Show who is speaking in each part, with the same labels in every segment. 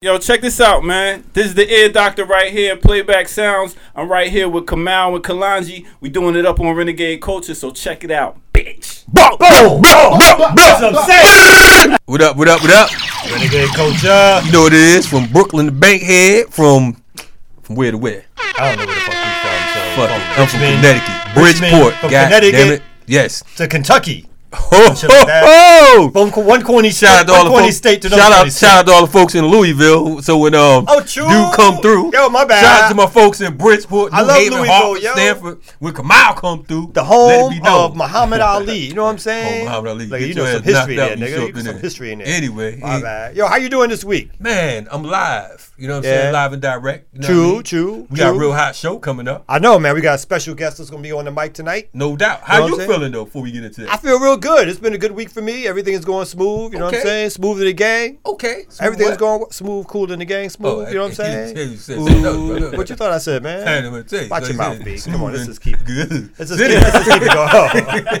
Speaker 1: Yo, check this out, man. This is the ear doctor right here, Playback Sounds. I'm right here with Kamal with Kalanji. We doing it up on Renegade Culture, so check it out, bitch.
Speaker 2: What up, what up, what up?
Speaker 3: Renegade Culture.
Speaker 2: You know what it is from Brooklyn to Bankhead, from from where to where?
Speaker 3: I don't know where the fuck you from. So
Speaker 2: Fuck it.
Speaker 3: from
Speaker 2: I'm from
Speaker 3: Richmond
Speaker 2: Connecticut.
Speaker 3: Richmond,
Speaker 2: Bridgeport.
Speaker 3: from
Speaker 2: God
Speaker 3: Connecticut.
Speaker 2: damn it. Yes.
Speaker 3: to Kentucky.
Speaker 2: Ho,
Speaker 3: shit like
Speaker 2: ho, ho.
Speaker 3: From co- one corny state,
Speaker 2: Shout out to
Speaker 3: one
Speaker 2: all the
Speaker 3: corny
Speaker 2: folks.
Speaker 3: state to another
Speaker 2: shout out,
Speaker 3: corny state.
Speaker 2: shout out to all the folks in Louisville. So when um
Speaker 3: Oh, true.
Speaker 2: dude come through,
Speaker 3: Yo, my bad.
Speaker 2: Shout out to my folks in Bridgeport, New
Speaker 3: I love
Speaker 2: Haven,
Speaker 3: Louisville,
Speaker 2: Hartford,
Speaker 3: yo.
Speaker 2: Stanford. When Kamal come through,
Speaker 3: The
Speaker 2: let it be
Speaker 3: home
Speaker 2: known.
Speaker 3: of Muhammad Ali. You know what I'm saying?
Speaker 2: Oh, Muhammad Ali.
Speaker 3: Like,
Speaker 2: Get
Speaker 3: you know
Speaker 2: your
Speaker 3: some
Speaker 2: ass knocked
Speaker 3: history
Speaker 2: out,
Speaker 3: there,
Speaker 2: you
Speaker 3: nigga.
Speaker 2: show
Speaker 3: You
Speaker 2: up
Speaker 3: know
Speaker 2: in
Speaker 3: some
Speaker 2: there.
Speaker 3: history in there.
Speaker 2: Anyway,
Speaker 3: My
Speaker 2: eh,
Speaker 3: bad. Yo, how you doing this week?
Speaker 2: man, I'm live. You know what I'm
Speaker 3: Yeah.
Speaker 2: saying? Live and direct. You know
Speaker 3: True,
Speaker 2: what I mean?
Speaker 3: true,
Speaker 2: We got a
Speaker 3: true.
Speaker 2: real hot show coming up.
Speaker 3: I know, man. We got a special guest that's gonna be on the mic tonight.
Speaker 2: No doubt. How
Speaker 3: what
Speaker 2: you
Speaker 3: I'm saying?
Speaker 2: feeling though? Before we get into
Speaker 3: I
Speaker 2: that.
Speaker 3: feel real good. It's been a good week for me. Everything is going smooth. You know what
Speaker 2: Okay.
Speaker 3: I'm saying? Smooth to the gang.
Speaker 2: Okay. so
Speaker 3: Everything's
Speaker 2: what?
Speaker 3: going smooth, cool in the gang. Smooth.
Speaker 2: Oh,
Speaker 3: you know what I'm
Speaker 2: I- I didn't
Speaker 3: saying?
Speaker 2: tell you said something else,
Speaker 3: Ooh,
Speaker 2: brother.
Speaker 3: what you thought I
Speaker 2: I
Speaker 3: said, man?
Speaker 2: don't know what to tell you.
Speaker 3: Watch
Speaker 2: So
Speaker 3: your
Speaker 2: you
Speaker 3: mouth,
Speaker 2: said
Speaker 3: B.
Speaker 2: smooth
Speaker 3: Come on, let's
Speaker 2: and
Speaker 3: just keep it.
Speaker 2: Good.
Speaker 3: Let's just keep, let's just keep it going. I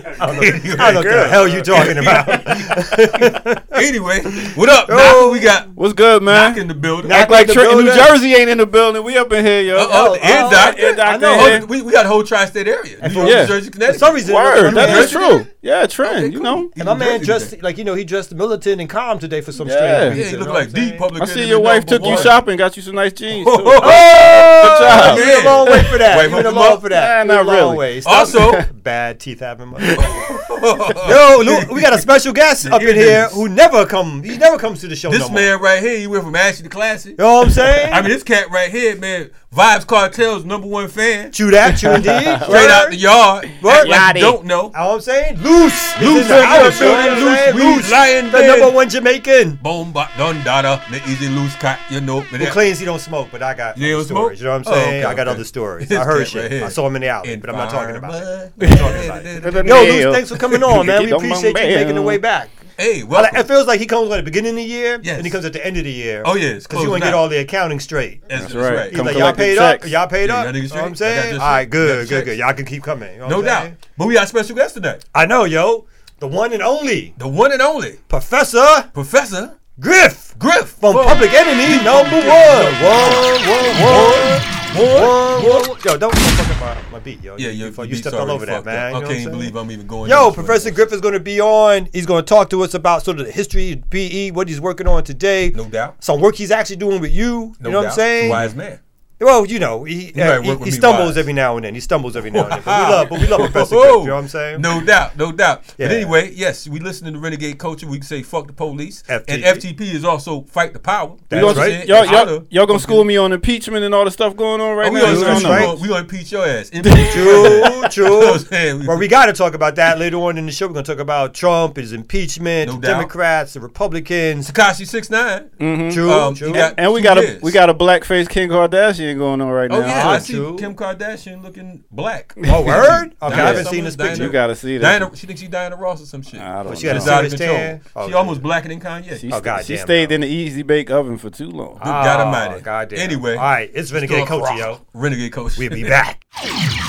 Speaker 3: don't know what the hell you talking about.
Speaker 2: anyway, what up?
Speaker 3: Yo.
Speaker 2: Knock, we got
Speaker 1: What's good, man?
Speaker 2: knock in the building.
Speaker 3: Knock
Speaker 1: Act like
Speaker 3: in the
Speaker 1: Trenton, New
Speaker 3: building.
Speaker 1: Jersey ain't in the building. We up in here, yo.
Speaker 2: Uh oh, the air
Speaker 3: oh,
Speaker 2: doctor.
Speaker 1: air doctor
Speaker 2: I know.
Speaker 1: here.
Speaker 2: We, we got a whole tri-state area. New York,
Speaker 1: Yeah.
Speaker 2: New Jersey,
Speaker 3: For
Speaker 2: Connecticut.
Speaker 3: some reason,
Speaker 1: Word,
Speaker 3: my
Speaker 1: that
Speaker 3: man,
Speaker 1: is true. Yeah, Trent,
Speaker 2: Okay,
Speaker 1: you
Speaker 2: cool.
Speaker 1: know.
Speaker 2: Even
Speaker 3: my man
Speaker 2: Jersey
Speaker 3: dressed
Speaker 2: today.
Speaker 3: like you know he dressed militant and calm today for some
Speaker 1: Yeah.
Speaker 3: strange
Speaker 2: Yeah,
Speaker 3: reason.
Speaker 2: he
Speaker 3: you
Speaker 2: look
Speaker 3: know
Speaker 2: like
Speaker 3: what I'm
Speaker 2: deep
Speaker 3: saying?
Speaker 2: public.
Speaker 1: I see your wife took you shopping, got you some nice jeans. too.
Speaker 2: Oh,
Speaker 1: job.
Speaker 3: Leave it alone wait for that.
Speaker 2: Wait,
Speaker 3: Leave it
Speaker 2: hold
Speaker 3: alone
Speaker 2: up.
Speaker 3: for that.
Speaker 1: Nah,
Speaker 3: Leave it
Speaker 1: not
Speaker 3: alone
Speaker 1: really.
Speaker 3: wait. Stop-
Speaker 2: Also,
Speaker 3: bad teeth having. Yo, Lou, we got a special guest up in here who never come. He never comes to the show.
Speaker 2: this
Speaker 3: no more.
Speaker 2: man right here, he went from ashy to classy.
Speaker 3: You know what I'm saying?
Speaker 2: I mean, this cat right here, man, Vibes Cartel's number one fan.
Speaker 3: chew that, chew indeed. Straight
Speaker 2: Straight out the yard. Act like
Speaker 1: Yachty.
Speaker 2: you don't know.
Speaker 3: know what I'm saying? Loose.
Speaker 2: Loose,
Speaker 3: Loose. Loose.
Speaker 2: building, loose, loose, lion,
Speaker 3: The
Speaker 2: dead.
Speaker 3: number one Jamaican.
Speaker 2: Boom, ba, dun, da, da. The easy loose cut, you know.
Speaker 3: Who claims he don't smoke, but I got
Speaker 2: You
Speaker 3: other
Speaker 2: don't smoke?
Speaker 3: stories. You know what I'm
Speaker 2: Oh,
Speaker 3: saying?
Speaker 2: okay,
Speaker 3: I got
Speaker 2: okay.
Speaker 3: other stories.
Speaker 2: This
Speaker 3: I heard
Speaker 2: cat
Speaker 3: shit.
Speaker 2: right here.
Speaker 3: I saw him in the alley,
Speaker 2: In
Speaker 3: but I'm not talking about it.
Speaker 1: With
Speaker 2: it.
Speaker 1: a
Speaker 3: Yo,
Speaker 1: nail.
Speaker 3: Luce, thanks for coming on, man. We
Speaker 1: Get on my
Speaker 3: appreciate you
Speaker 1: mail.
Speaker 3: making the way back.
Speaker 2: Hey,
Speaker 3: I like-
Speaker 2: welcome.
Speaker 3: it feels like he comes at the beginning of the year,
Speaker 2: Yes.
Speaker 3: and he comes at the end of the year.
Speaker 2: Oh, yeah, it's
Speaker 3: because you
Speaker 2: closing
Speaker 3: want to get
Speaker 2: out.
Speaker 3: all the accounting straight.
Speaker 2: That's, that's
Speaker 1: That's right.
Speaker 2: right.
Speaker 3: He's
Speaker 1: Come
Speaker 3: like,
Speaker 1: collect
Speaker 3: y'all
Speaker 1: the
Speaker 3: paid
Speaker 1: checks.
Speaker 3: up, y'all paid
Speaker 2: Yeah,
Speaker 3: up.
Speaker 2: y'all niggas
Speaker 3: You know what I'm
Speaker 2: straight. Y'all got
Speaker 3: saying?
Speaker 2: your
Speaker 3: All right,
Speaker 2: shit. Y'all
Speaker 3: good,
Speaker 2: got
Speaker 3: good,
Speaker 2: checks.
Speaker 3: good. Y'all can keep coming. You know what
Speaker 2: No
Speaker 3: I'm
Speaker 2: doubt.
Speaker 3: saying?
Speaker 2: But we got a special guest tonight.
Speaker 3: I know, yo, the one and only
Speaker 2: The one and only
Speaker 3: Professor
Speaker 2: Professor
Speaker 3: Griff
Speaker 2: Griff
Speaker 3: from
Speaker 2: Whoa.
Speaker 3: Public Enemy Number One. Whoa, whoa, whoa,
Speaker 2: One.
Speaker 3: whoa, whoa. Yo, don't fuck up my, my beat, yo.
Speaker 2: Yeah,
Speaker 3: you,
Speaker 2: your
Speaker 3: you,
Speaker 2: beat's
Speaker 3: stepped all
Speaker 2: already
Speaker 3: over that,
Speaker 2: fucked up.
Speaker 3: man. You know
Speaker 2: I
Speaker 3: what I'm
Speaker 2: can't
Speaker 3: saying?
Speaker 2: believe I'm even going. down
Speaker 3: Yo,
Speaker 2: this way.
Speaker 3: Professor Griff is going to be on. He's going to talk to us about sort of the history of PE, what he's working on today.
Speaker 2: No doubt.
Speaker 3: Some work he's actually doing with you.
Speaker 2: No
Speaker 3: you know what
Speaker 2: doubt.
Speaker 3: I'm saying?
Speaker 2: Wise man.
Speaker 3: Well, you know, he
Speaker 2: might
Speaker 3: uh, he,
Speaker 2: work with
Speaker 3: he
Speaker 2: me
Speaker 3: stumbles
Speaker 2: wise.
Speaker 3: every now and then. He stumbles every now and then. But we love, but we love Professor Griff.
Speaker 2: Whoa.
Speaker 3: You know what I'm saying?
Speaker 2: Ah. No doubt, no doubt.
Speaker 3: Yeah.
Speaker 2: But anyway, yes, we listen to the Renegade Culture. We can say fuck the police. And
Speaker 3: FTP.
Speaker 2: FTP is also fight the power.
Speaker 3: That's
Speaker 2: You know what I'm
Speaker 3: right.
Speaker 2: saying?
Speaker 1: Y'all,
Speaker 2: It's
Speaker 1: y'all,
Speaker 2: honor.
Speaker 1: y'all gonna school me on impeachment and all the stuff going on right
Speaker 2: Oh, we
Speaker 1: now?
Speaker 2: gonna-
Speaker 3: That's
Speaker 2: we
Speaker 3: right.
Speaker 2: gonna- We gonna impeach your ass.
Speaker 3: True,
Speaker 2: know what I'm
Speaker 3: true.
Speaker 2: saying?
Speaker 3: But we got to talk about that later on in the show. We're going to talk about Trump, his impeachment,
Speaker 2: No
Speaker 3: the
Speaker 2: doubt.
Speaker 3: Democrats, the Republicans.
Speaker 2: Takashi six nine.
Speaker 1: Mm-hmm.
Speaker 3: True,
Speaker 2: Um,
Speaker 3: true.
Speaker 2: you got-
Speaker 1: And we
Speaker 2: Two
Speaker 1: got a
Speaker 2: years.
Speaker 1: we got a blackface Kim Kardashian going on right now.
Speaker 2: Oh yeah, I
Speaker 3: Ah,
Speaker 2: see
Speaker 3: true.
Speaker 2: Kim Kardashian looking black.
Speaker 3: Oh, word? Okay,
Speaker 2: Diana-
Speaker 3: I haven't seen this
Speaker 2: Diana-
Speaker 3: picture.
Speaker 1: You gotta see that.
Speaker 2: Diana, she thinks she's Diana Ross or some shit.
Speaker 1: I don't
Speaker 3: she got
Speaker 1: know.
Speaker 3: a
Speaker 2: She's out of
Speaker 3: serious
Speaker 2: control.
Speaker 3: tan? Oh,
Speaker 2: she
Speaker 3: yeah.
Speaker 2: almost blacker than Kanye.
Speaker 1: She,
Speaker 2: Good
Speaker 3: Oh,
Speaker 1: st-
Speaker 3: goddamn,
Speaker 1: she stayed
Speaker 3: yo.
Speaker 1: in the easy bake oven for too long.
Speaker 2: God Almighty.
Speaker 3: Oh, goddamn.
Speaker 2: Anyway,
Speaker 3: All right, it's
Speaker 2: Still
Speaker 3: Renegade
Speaker 2: a
Speaker 3: Culture,
Speaker 2: rock.
Speaker 3: yo.
Speaker 2: Renegade Coach.
Speaker 3: We'll be back.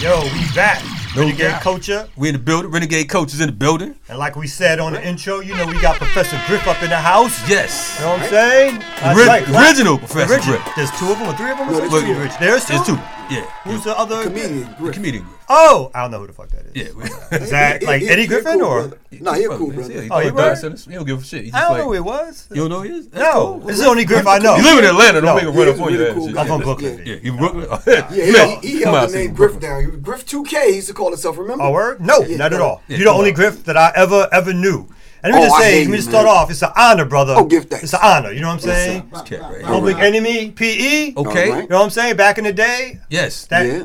Speaker 3: Yo, we back.
Speaker 2: No
Speaker 3: Renegade
Speaker 2: doubt.
Speaker 3: Culture.
Speaker 2: We in the building. Renegade Coach is in the building.
Speaker 3: And like we said on the intro, you know, we got Professor Griff up in the house.
Speaker 2: Yes.
Speaker 3: You know what I'm saying? That's
Speaker 2: Ori-
Speaker 3: right, right.
Speaker 2: original Professor
Speaker 3: Original.
Speaker 2: Griff.
Speaker 3: There's two of them or three of them? Or
Speaker 2: Well,
Speaker 3: two? There's two.
Speaker 2: There's two. Yeah.
Speaker 3: Who's the other?
Speaker 4: comedian
Speaker 2: The
Speaker 4: Griff.
Speaker 2: comedian Griff.
Speaker 3: Oh, I don't know who the fuck that is.
Speaker 2: Yeah. we-
Speaker 3: Is that like
Speaker 4: He-
Speaker 3: Eddie
Speaker 4: he-
Speaker 3: Griffin
Speaker 4: he cool,
Speaker 3: or?
Speaker 4: brother. Nah, he a cool
Speaker 2: Yeah,
Speaker 4: brother.
Speaker 2: he
Speaker 3: Oh,
Speaker 2: oh,
Speaker 3: he
Speaker 2: he
Speaker 3: right?
Speaker 2: sentence. He don't give a shit. He's
Speaker 3: I
Speaker 2: just
Speaker 3: don't
Speaker 2: like,
Speaker 3: know who it was.
Speaker 2: You don't know who he is? That's
Speaker 3: No,
Speaker 2: cool.
Speaker 3: this is only Griff I know.
Speaker 2: You live in Atlanta. Don't
Speaker 3: No,
Speaker 2: make a
Speaker 3: he
Speaker 2: run
Speaker 4: is
Speaker 2: up on
Speaker 4: really
Speaker 2: your ass.
Speaker 4: cool
Speaker 2: and
Speaker 4: guy.
Speaker 3: I'm
Speaker 2: shit.
Speaker 3: from
Speaker 4: Yeah,
Speaker 3: Brooklyn.
Speaker 2: Yeah, you Brooklyn.
Speaker 4: Yeah, he, he
Speaker 2: Come out,
Speaker 4: held the
Speaker 2: see Brooklyn.
Speaker 4: name Griff down. He- Griff 2K used to call himself, remember?
Speaker 3: Oh, word? No,
Speaker 4: Yeah,
Speaker 3: not at
Speaker 4: yeah.
Speaker 3: all.
Speaker 2: Yeah,
Speaker 3: You're the
Speaker 2: come
Speaker 3: only
Speaker 2: on.
Speaker 3: Griff that I ever, ever knew. And let me
Speaker 4: Oh,
Speaker 3: just
Speaker 4: I
Speaker 3: say,
Speaker 4: hate
Speaker 3: let me
Speaker 4: you,
Speaker 3: just start
Speaker 4: man.
Speaker 3: off. It's an honor, brother.
Speaker 4: Oh, give thanks.
Speaker 3: It's an honor. You know what I'm saying?
Speaker 2: This cat right here.
Speaker 3: Public Enemy, PE. You
Speaker 2: Okay.
Speaker 4: Alright.
Speaker 3: know what I'm saying? Back in the day,
Speaker 2: Yes.
Speaker 3: that
Speaker 4: Yeah.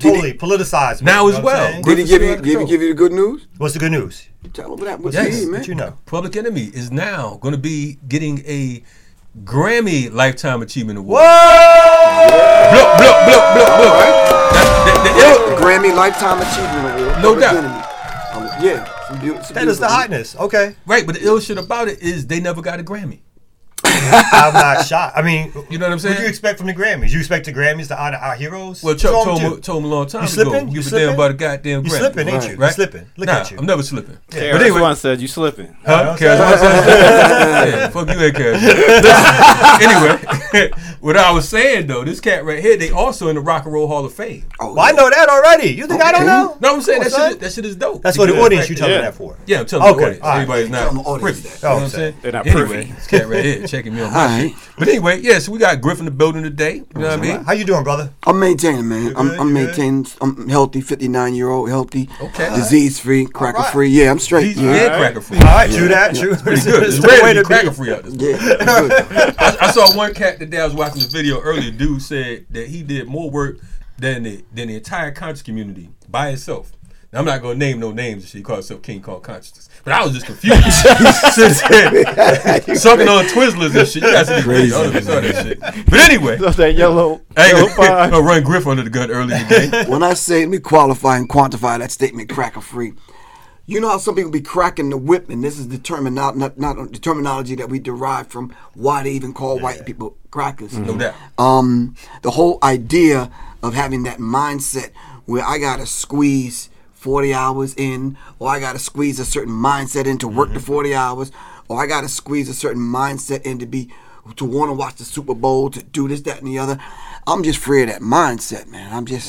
Speaker 3: Totally politicized.
Speaker 2: Now
Speaker 3: you
Speaker 2: as
Speaker 3: know what I'm
Speaker 2: well.
Speaker 3: saying?
Speaker 2: Great-
Speaker 4: Did he give you? Did he give you the good news?
Speaker 3: What's the good news?
Speaker 4: Tell him that. What
Speaker 3: Yes,
Speaker 4: you need, man?
Speaker 3: what you know.
Speaker 2: Public Enemy is now going to be getting a Grammy Lifetime Achievement Award.
Speaker 3: Whoa!
Speaker 2: Blup, blup, blup, blup, blup. That- that- that-
Speaker 4: The Grammy Lifetime Achievement Award.
Speaker 2: No
Speaker 4: Public
Speaker 2: doubt.
Speaker 4: Enemy. Um, yeah, some beautiful. some
Speaker 3: That is the
Speaker 4: beautiful-
Speaker 3: hotness. Okay.
Speaker 2: Right, but the ill shit about it is they never got a Grammy.
Speaker 3: I'm not shocked. I mean,
Speaker 2: You know what I'm saying?
Speaker 3: What do you expect from the Grammys? You expect the Grammys to honor our heroes?
Speaker 2: Well, Chuck
Speaker 3: Show 'em
Speaker 2: told
Speaker 3: too.
Speaker 2: me, told me a long time
Speaker 3: You slipping?
Speaker 2: ago.
Speaker 3: You
Speaker 2: Give a
Speaker 3: slipping?
Speaker 2: damn about a goddamn Grammy.
Speaker 3: You slipping, ain't you?
Speaker 2: Right?
Speaker 3: You slipping. Look
Speaker 2: nah,
Speaker 3: at you.
Speaker 2: I'm never slipping.
Speaker 1: Kara
Speaker 2: But anyway,
Speaker 1: Swan said you slipping.
Speaker 2: Huh? Kara Swan said- yeah, fuck you, and Kara. anyway, what I was saying though, this cat right here, they also in the Rock and Roll Hall of Fame.
Speaker 4: Oh,
Speaker 3: Well, I know that already. You think I don't
Speaker 4: Okay.
Speaker 3: know?
Speaker 2: No, I'm saying
Speaker 3: Come
Speaker 2: that
Speaker 3: on,
Speaker 2: shit,
Speaker 3: Oh, son.
Speaker 2: that shit is dope.
Speaker 3: That's what the
Speaker 2: Because
Speaker 3: audience
Speaker 2: fact
Speaker 3: you
Speaker 2: that-
Speaker 3: telling
Speaker 1: yeah.
Speaker 3: that for.
Speaker 2: Yeah, I'm telling
Speaker 3: Okay,
Speaker 2: the audience.
Speaker 3: all right.
Speaker 2: Everybody's not
Speaker 4: Tell the audience
Speaker 2: privy.
Speaker 4: that.
Speaker 2: You know
Speaker 3: Oh,
Speaker 2: what I'm
Speaker 3: okay.
Speaker 2: saying?
Speaker 1: They're not
Speaker 2: anyway,
Speaker 1: privy.
Speaker 2: This cat right here checking me on my
Speaker 4: All right.
Speaker 2: shit. But anyway, yeah, so we got Griffin the building today. You know what I mean?
Speaker 3: How you doing, brother?
Speaker 4: I'm maintaining, man. I'm,
Speaker 3: good?
Speaker 4: I'm
Speaker 3: You good?
Speaker 4: maintaining. I'm healthy, 59 year old, healthy,
Speaker 2: Okay.
Speaker 4: disease free, cracker free. Yeah, I'm straight.
Speaker 2: He's
Speaker 4: yeah,
Speaker 2: dead cracker free.
Speaker 3: All right, true that. True.
Speaker 2: Pretty good. It's
Speaker 3: the way
Speaker 2: rare to
Speaker 3: to
Speaker 2: be cracker
Speaker 3: be.
Speaker 2: free out this
Speaker 4: yeah. I'm good.
Speaker 2: I, I saw one cat today. I was watching the video earlier. Dude said that he did more work than the than the entire conscious community by itself. Now, I'm not gonna name no names. and shit. He called himself King Kong Consciousness, but I was just confused. Since then, sucking on Twizzlers and shit. You guys are crazy. I don't even saw that shit. But anyway,
Speaker 1: That's that yellow.
Speaker 2: I
Speaker 1: yellow
Speaker 2: ain't
Speaker 1: five.
Speaker 2: gonna, I run Griff under the gun earlier today.
Speaker 4: when I say, let me qualify and quantify that statement, cracker free. You know how some people be cracking the whip, and this is the terminology, not, not the terminology that we derive from why they even call white people crackers.
Speaker 2: No doubt.
Speaker 4: Um, the whole idea of having that mindset where I gotta squeeze 40 hours in, or I gotta squeeze a certain mindset in to
Speaker 2: Mm-hmm.
Speaker 4: work the 40 hours, or I gotta squeeze a certain mindset in to be to want to watch the Super Bowl, to do this, that, and the other. I'm just free of that mindset, man. I'm just.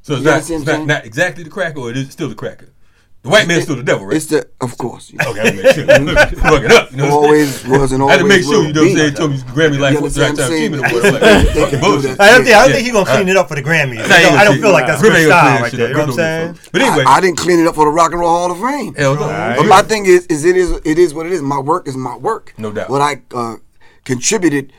Speaker 2: So it's,
Speaker 4: You
Speaker 2: not,
Speaker 4: understand
Speaker 2: it's
Speaker 4: what I'm
Speaker 2: not, not exactly the cracker, or it is still the cracker. The white man's still the devil, right?
Speaker 4: It's the, of course. you know.
Speaker 2: okay, I'm gonna make sure. Fuck it up. You know what I'm saying?
Speaker 4: always was and
Speaker 2: I
Speaker 4: always
Speaker 2: had to make sure,
Speaker 4: will
Speaker 2: you know what I'm
Speaker 4: be.
Speaker 2: saying, told me Grammy like
Speaker 4: You
Speaker 2: what's
Speaker 4: understand
Speaker 2: that time
Speaker 4: what I'm
Speaker 2: team in the
Speaker 4: saying?
Speaker 2: world. Like,
Speaker 4: They can do
Speaker 2: fucking bullshit.
Speaker 4: that.
Speaker 3: I don't think, I don't
Speaker 2: Yeah.
Speaker 3: think he's gonna clean it up for the
Speaker 2: Nah, he
Speaker 3: Grammys. I
Speaker 2: gonna
Speaker 3: don't
Speaker 2: clean-
Speaker 3: feel like that's
Speaker 2: Griff
Speaker 3: good
Speaker 2: ain't gonna
Speaker 3: style
Speaker 2: clean
Speaker 3: right
Speaker 2: shit
Speaker 3: there.
Speaker 2: up.
Speaker 3: You know
Speaker 2: Griff
Speaker 3: what I'm
Speaker 2: don't
Speaker 3: saying?
Speaker 2: clean- But anyway,
Speaker 4: I, I didn't clean it up for the Rock and Roll Hall of Fame.
Speaker 2: hell no.
Speaker 4: But my thing is, is it is it is what it is. My work is my work.
Speaker 2: No doubt.
Speaker 4: What I uh, contributed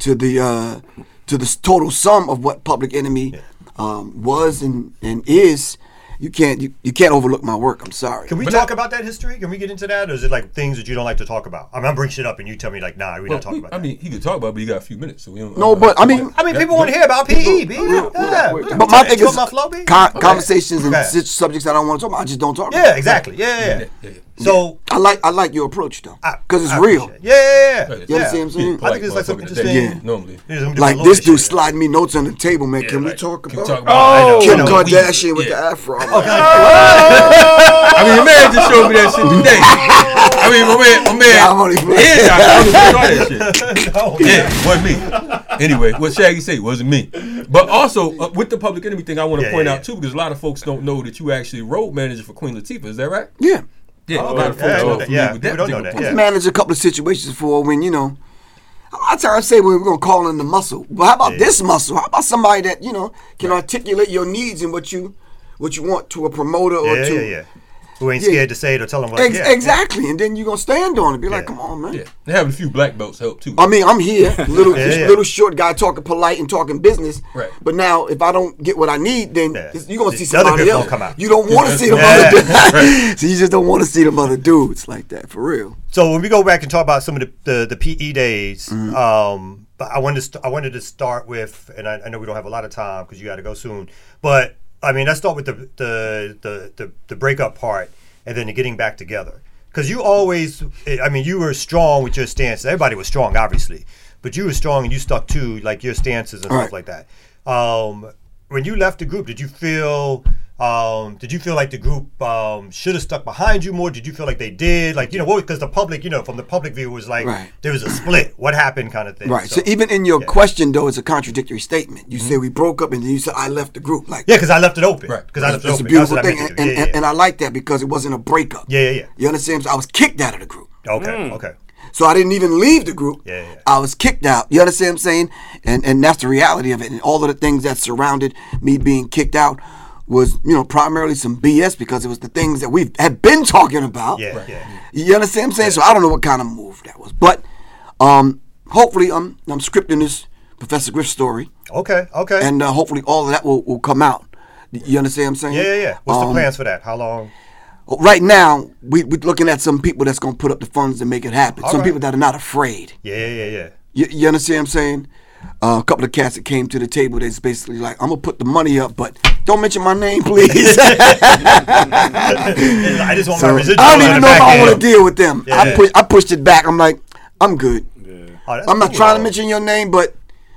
Speaker 4: to the uh, to the s- total sum of what Public Enemy um, was and, and is, you can't you, you can't overlook my work. I'm sorry.
Speaker 3: Can we
Speaker 2: But
Speaker 3: talk
Speaker 2: that-
Speaker 3: about that history? Can we get into that, or is it like things that you don't like to talk about? I mean, I bring shit up and you tell me like, nah, we
Speaker 2: Well,
Speaker 3: don't talk
Speaker 2: we-
Speaker 3: about
Speaker 2: I
Speaker 3: that.
Speaker 2: mean, he could talk about, it, but he got a few minutes, so we don't. uh,
Speaker 4: No, but I mean,
Speaker 3: I mean, people want to hear about PE, B. Yeah,
Speaker 4: but my thing
Speaker 3: You
Speaker 4: is
Speaker 3: want my flow, B?
Speaker 4: con- conversations and
Speaker 3: Okay.
Speaker 4: such subjects I don't want to talk about. I just don't talk. about.
Speaker 3: Yeah, exactly. Yeah, yeah.
Speaker 2: yeah,
Speaker 3: yeah. So
Speaker 4: I like I like your approach though,
Speaker 3: I-
Speaker 4: because it's
Speaker 3: I
Speaker 4: real.
Speaker 3: appreciate it. Yeah, yeah, yeah.
Speaker 2: You
Speaker 3: yeah.
Speaker 4: You understand what I'm saying?
Speaker 3: I think it's like some interesting-
Speaker 2: Normally,
Speaker 3: Yeah, some
Speaker 4: Like
Speaker 3: different
Speaker 4: this
Speaker 3: little
Speaker 4: dude
Speaker 3: shit.
Speaker 4: sliding me notes on the table, man. Can we
Speaker 2: like,
Speaker 4: talk
Speaker 2: can we
Speaker 4: about,
Speaker 2: talk about?
Speaker 1: Oh,
Speaker 3: I
Speaker 4: Kim
Speaker 3: know.
Speaker 2: God.
Speaker 4: Kardashian with
Speaker 2: Yeah.
Speaker 4: the afro? I'm
Speaker 3: Oh,
Speaker 4: like,
Speaker 2: I mean, your man just showed me that shit today. I mean, my man, my man.
Speaker 4: Yeah, I'm
Speaker 2: Yeah, I saw that
Speaker 4: only playing.
Speaker 2: shit.
Speaker 3: No.
Speaker 2: Yeah, wasn't me. Anyway, what Shaggy say wasn't me. But also uh, with the public enemy thing, I want to
Speaker 3: Yeah,
Speaker 2: point
Speaker 3: yeah,
Speaker 2: out too because a lot of folks don't know that you actually road manager for Queen Latifah. Is that right?
Speaker 4: yeah.
Speaker 2: Yeah, a
Speaker 3: Oh,
Speaker 2: lot of
Speaker 3: yeah, I
Speaker 2: folks
Speaker 3: know
Speaker 2: don't
Speaker 3: that.
Speaker 2: familiar
Speaker 3: Yeah,
Speaker 2: with
Speaker 3: people don't know
Speaker 2: particular
Speaker 3: that,
Speaker 2: point.
Speaker 3: yeah.
Speaker 4: manage a couple of situations for when you know. A lot of times I say we're going to call in the muscle, but how about this muscle? How about somebody that you know can articulate your needs and what you what you want to a promoter or
Speaker 3: yeah,
Speaker 4: to
Speaker 3: yeah, yeah. Who ain't
Speaker 4: Yeah.
Speaker 3: scared to say it or tell them what?
Speaker 4: Ex-
Speaker 3: yeah.
Speaker 4: exactly, and then you're going to stand on it. Be like,
Speaker 3: Yeah.
Speaker 4: come on, man.
Speaker 2: Yeah, they having a few black belts help too.
Speaker 4: I mean, I'm here, little
Speaker 3: Yeah,
Speaker 4: this
Speaker 3: yeah.
Speaker 4: little short guy talking polite and talking business.
Speaker 2: Right.
Speaker 4: But now, if I don't get what I need, then
Speaker 3: Yeah.
Speaker 4: you're gonna see
Speaker 3: The other
Speaker 4: somebody
Speaker 3: people
Speaker 4: else.
Speaker 3: come out.
Speaker 4: You don't want to see them
Speaker 3: Yeah.
Speaker 4: other dudes. so you just don't want to see them other dudes like that for real.
Speaker 3: So when we go back and talk about some of the the, the PE days,
Speaker 4: Mm-hmm.
Speaker 3: um, but I wanted to st- I wanted to start with, and I, I know we don't have a lot of time because you got to go soon, but I mean let's start with the the the the, the breakup part, and then the getting back together. Because you always, eh, I mean, you were strong with your stances. Everybody was strong, obviously, but you were strong and you stuck to like your stances and
Speaker 4: Right.
Speaker 3: stuff like that. Um, when you left the group, did you feel um, did you feel like the group um, should have stuck behind you more? Did you feel like they did? Like you know, because the public, you know, from the public view, was like
Speaker 4: Right.
Speaker 3: there was a split. What happened, kind of thing.
Speaker 4: Right. So, even in your question though, it's a contradictory statement. You say we broke up, and then you say I left the group. Like
Speaker 3: Mm-hmm. yeah, because I left it open.
Speaker 2: Right.
Speaker 3: Because I left it
Speaker 4: it's a
Speaker 3: open.
Speaker 4: beautiful
Speaker 3: That's what I
Speaker 4: thing,
Speaker 3: meant
Speaker 4: and,
Speaker 3: to do.
Speaker 4: and,
Speaker 3: yeah, yeah,
Speaker 4: and I like that because it wasn't a breakup.
Speaker 3: yeah, yeah,
Speaker 4: You understand? So I was kicked out of the group.
Speaker 3: yeah. Okay,
Speaker 4: Mm.
Speaker 3: okay.
Speaker 4: So I didn't even leave the group.
Speaker 3: Yeah, yeah.
Speaker 4: I was kicked out. You understand what I'm saying? And and that's the reality of it. And all of the things that surrounded me being kicked out was, you know, primarily some BS because it was the things that we had been talking about.
Speaker 3: Yeah, Right. yeah.
Speaker 4: You understand what I'm saying? So I don't know what kind of move that was. But um hopefully I'm I'm scripting this Professor Griff story
Speaker 3: Okay, okay.
Speaker 4: and uh, hopefully all of that will, will come out. You understand what I'm saying?
Speaker 3: Yeah, yeah, yeah. What's the
Speaker 4: Um,
Speaker 3: plans for that? How long?
Speaker 4: Right now, we, we're looking at some people that's going to put up the funds to make it happen. some
Speaker 3: right.
Speaker 4: people that are not afraid.
Speaker 3: Yeah, yeah, yeah, yeah.
Speaker 4: You, you understand what I'm saying? Uh, a couple of cats that came to the table that's basically like, I'm gonna put the money up, but don't mention my name, please.
Speaker 3: I just want
Speaker 4: So,
Speaker 3: my
Speaker 4: I
Speaker 3: residual.
Speaker 4: don't
Speaker 3: on the
Speaker 4: even know if
Speaker 3: back
Speaker 4: I
Speaker 3: end.
Speaker 4: want to deal with them. I
Speaker 3: Yeah.
Speaker 4: push, I pushed it back. I'm like, I'm good.
Speaker 3: Oh, that's
Speaker 4: I'm not
Speaker 3: cool,
Speaker 4: trying to
Speaker 3: though.
Speaker 4: mention your name, but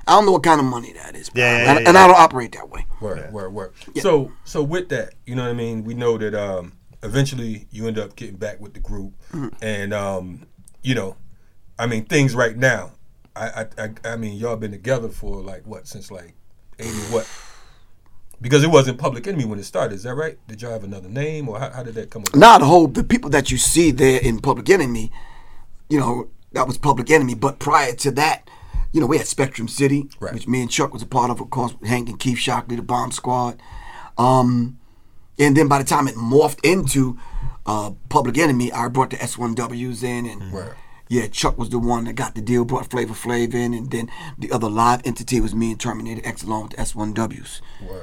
Speaker 4: I don't know what kind of money that is. bro.
Speaker 3: Yeah, yeah,
Speaker 4: and,
Speaker 3: yeah,
Speaker 4: and
Speaker 3: yeah.
Speaker 4: I don't operate that way.
Speaker 2: Word, word, word. So, so with that, you know what I mean. We know that um, eventually you end up getting back with the group, and um, you know, I mean, things right now. I, I, I, I mean, y'all been together for like what since like eighty what? Because it wasn't Public Enemy when it started. Is that right? Did y'all have another name, or how, how did that come? about?
Speaker 4: Now the whole the people that you see there in Public Enemy, you know, that was Public Enemy. But prior to that, you know, we had Spectrum City,
Speaker 2: Right.
Speaker 4: which me and Chuck was a part of, of course, with Hank and Keith Shockley, the Bomb Squad. Um, and then by the time it morphed into uh, Public Enemy, I brought the S1Ws in, and
Speaker 2: Right.
Speaker 4: yeah, Chuck was the one that got the deal, brought Flavor Flav in, and then the other live entity was me and Terminator X along with the S1Ws.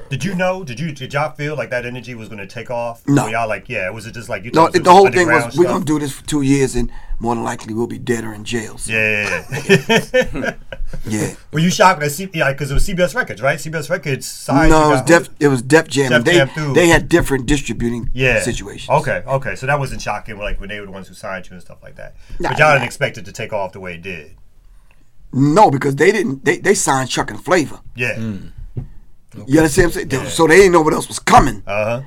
Speaker 3: Did you know? Did you? Did y'all feel like that energy was going to take off?
Speaker 4: No.
Speaker 3: Were y'all like, yeah, was it just like you?
Speaker 4: No,
Speaker 3: thought it
Speaker 4: the whole
Speaker 3: just
Speaker 4: thing was
Speaker 3: underground
Speaker 4: we're
Speaker 3: stuff?
Speaker 4: gonna do this for two years, and more than likely we'll be dead or in jail. So,
Speaker 3: Yeah, yeah, yeah.
Speaker 4: yeah.
Speaker 3: Were you shocked at C- yeah, because it was CBS Records, right? CBS Records signed.
Speaker 4: no,
Speaker 3: you
Speaker 4: it was
Speaker 3: guys-
Speaker 4: Def. It was Def Jam.
Speaker 3: Def
Speaker 4: they
Speaker 3: Jam too.
Speaker 4: they had different distributing
Speaker 3: Yeah.
Speaker 4: situations.
Speaker 3: Okay, okay. So that wasn't shocking, like when they were the ones who signed you and stuff like that.
Speaker 4: Nah,
Speaker 3: but y'all
Speaker 4: nah.
Speaker 3: didn't expect it to take off the way it did.
Speaker 4: No, because they didn't. They, they signed Chuck and Flavor.
Speaker 3: Yeah.
Speaker 2: Hmm.
Speaker 4: You understand what I'm saying? They- So they didn't know what else was coming.
Speaker 3: Uh huh.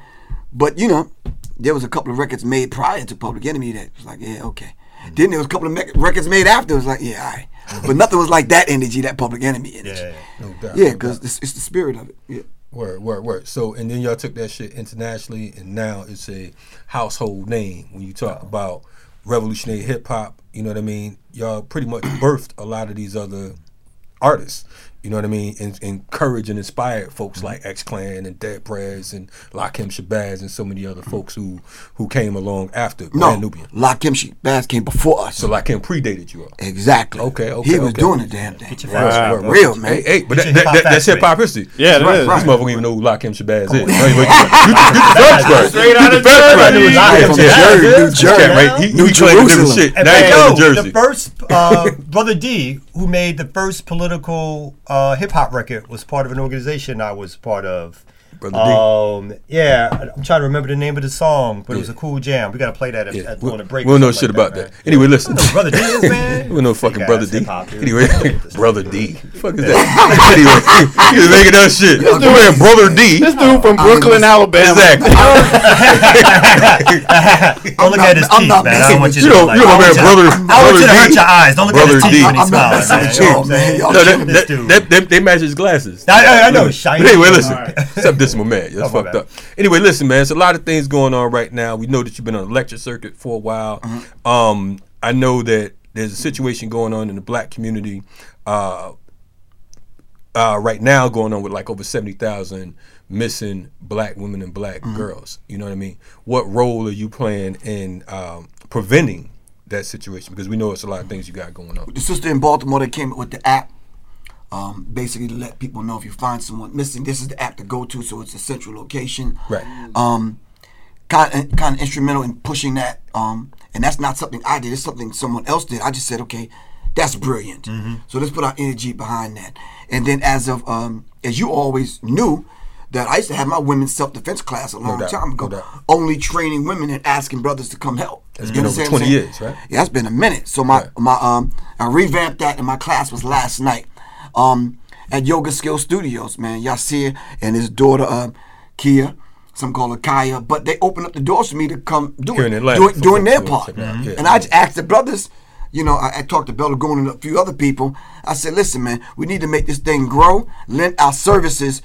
Speaker 4: But you know, there was a couple of records made prior to Public Enemy that was like, yeah, okay.
Speaker 3: Mm-hmm.
Speaker 4: Then there was a couple of mec- records made after. It was like, yeah, all right. But nothing was like that energy, that Public Enemy energy.
Speaker 3: Yeah.
Speaker 2: No doubt.
Speaker 4: Yeah, because it's, it's the spirit of it. Yeah.
Speaker 2: Word, word, word. So, and then y'all took that shit internationally, and now it's a household name when you talk about revolutionary hip hop. You know what I mean? Y'all pretty much birthed a lot of these other artists. You know what I mean? And encouraged and inspired folks
Speaker 4: Mm-hmm.
Speaker 2: like X Clan and Dead Prez and Lakim Shabazz and so many other folks who who came along after
Speaker 4: No,
Speaker 2: Brand Nubian.
Speaker 4: Lakim She Bass came before us.
Speaker 2: So Lakim predated you all.
Speaker 4: exactly.
Speaker 2: Okay, okay,
Speaker 4: He was
Speaker 2: okay.
Speaker 4: doing the damn thing.
Speaker 3: Wow.
Speaker 2: Word, word.
Speaker 4: Real, man.
Speaker 2: Hey, hey, but
Speaker 3: It's
Speaker 2: that,
Speaker 3: a
Speaker 2: that,
Speaker 3: hip-hop
Speaker 2: that- that's
Speaker 3: factory.
Speaker 2: hip hop history.
Speaker 1: Yeah, it
Speaker 4: Right,
Speaker 1: is.
Speaker 4: right.
Speaker 2: This motherfucker don't even know who Lakim Shabazz is. Don't even- you- you- you the facts first.
Speaker 1: Straight out of
Speaker 2: That's right.
Speaker 1: Jersey.
Speaker 3: Live
Speaker 4: from
Speaker 2: Yeah.
Speaker 4: Jersey,
Speaker 2: Yeah.
Speaker 4: New Jersey.
Speaker 2: Yeah, right. He,
Speaker 4: New
Speaker 2: he claimed different
Speaker 4: Jerusalem.
Speaker 2: shit.
Speaker 3: And
Speaker 2: Now he
Speaker 3: Yo,
Speaker 2: claimed Jersey.
Speaker 3: the first uh, brother D who made the first political uh, hip hop record was part of an organization I was part of.
Speaker 2: Brother D.
Speaker 3: Um, yeah, I- I'm trying to remember the name of the song, but it was a cool jam. We got to play that at,
Speaker 2: Yeah,
Speaker 3: at,
Speaker 2: we,
Speaker 3: on a break.
Speaker 2: we don't
Speaker 3: or
Speaker 2: know shit
Speaker 3: something like
Speaker 2: about that.
Speaker 3: man.
Speaker 2: Anyway, listen.
Speaker 3: I don't know Brother D is, man.
Speaker 2: We don't know fucking
Speaker 3: Yeah,
Speaker 2: brother
Speaker 3: that's
Speaker 2: D.
Speaker 3: hip-hop, dude.
Speaker 2: Anyway, brother D. Fuck is that? anyway, he's making up shit. We're in brother D.
Speaker 1: This dude from Brooklyn, Alabama.
Speaker 2: Exactly.
Speaker 3: Don't look
Speaker 4: not-
Speaker 3: at his
Speaker 4: I'm
Speaker 3: teeth,
Speaker 4: not
Speaker 3: man. I
Speaker 4: messing
Speaker 3: don't want
Speaker 4: with
Speaker 3: you
Speaker 2: you
Speaker 3: to
Speaker 2: know,
Speaker 3: like,
Speaker 2: you know,
Speaker 3: I
Speaker 2: man,
Speaker 3: want you to-
Speaker 2: brother,
Speaker 3: I want you to
Speaker 2: brother
Speaker 3: hurt
Speaker 2: D.
Speaker 3: your eyes. Don't look at his
Speaker 2: Brother D.
Speaker 3: teeth when he's
Speaker 4: I'm not
Speaker 3: smiling.
Speaker 4: messing
Speaker 3: man. Oh, You know
Speaker 4: with y'all,
Speaker 3: what I'm saying?
Speaker 4: man. Y'all
Speaker 2: No,
Speaker 4: tripping.
Speaker 2: that,
Speaker 3: This
Speaker 2: that,
Speaker 3: dude.
Speaker 2: that, that- they match his glasses.
Speaker 3: I- I- I know,
Speaker 2: But
Speaker 3: shiny.
Speaker 2: Anyway, listen.
Speaker 3: All right.
Speaker 2: Except this one, man. That's
Speaker 3: Oh, my
Speaker 2: fucked
Speaker 3: bad.
Speaker 2: up. Anyway, listen, man. It's a lot of things going on right now. We know that you've been on the lecture circuit for a while.
Speaker 3: Uh-huh.
Speaker 2: Um, I know that there's a situation going on in the black community uh, uh, right now going on with like over 70,000 missing black women and black
Speaker 3: Uh-huh.
Speaker 2: girls. You know what I mean? What role are you playing in um, preventing that situation? Because we know it's a lot of things you got going on.
Speaker 4: the sister in Baltimore that came up with the app, um, basically to let people know if you find someone missing, this is the app to go to, so it's a central location.
Speaker 2: Right.
Speaker 4: Um, kind of, kind of instrumental in pushing that, um, and that's not something I did. It's something someone else did. I just said, okay, that's brilliant.
Speaker 2: Mm-hmm.
Speaker 4: So let's put our energy behind that. And then, as of um, as you always knew. That I used to have my women's self defense class a long
Speaker 2: doubt,
Speaker 4: time
Speaker 2: no
Speaker 4: ago,
Speaker 2: doubt.
Speaker 4: only training women and asking brothers to come help. It's
Speaker 2: been over 20 years, right?
Speaker 4: yeah, it's been a minute. So my my um I revamped that and my class was last night. Um at Yoga Skill Studios, man. Yasir and his daughter um Kia, some call her Kaya, but they opened up the doors for me to come do
Speaker 2: Here
Speaker 4: it.
Speaker 2: in Atlanta,
Speaker 4: doing,
Speaker 2: for
Speaker 4: doing
Speaker 2: folks
Speaker 4: their
Speaker 2: to go
Speaker 4: part.
Speaker 2: check it out. Yeah.
Speaker 4: And I just asked the brothers, you know, I, I talked to Belagoon and a few other people. I said, listen, man, we need to make this thing grow, lend our services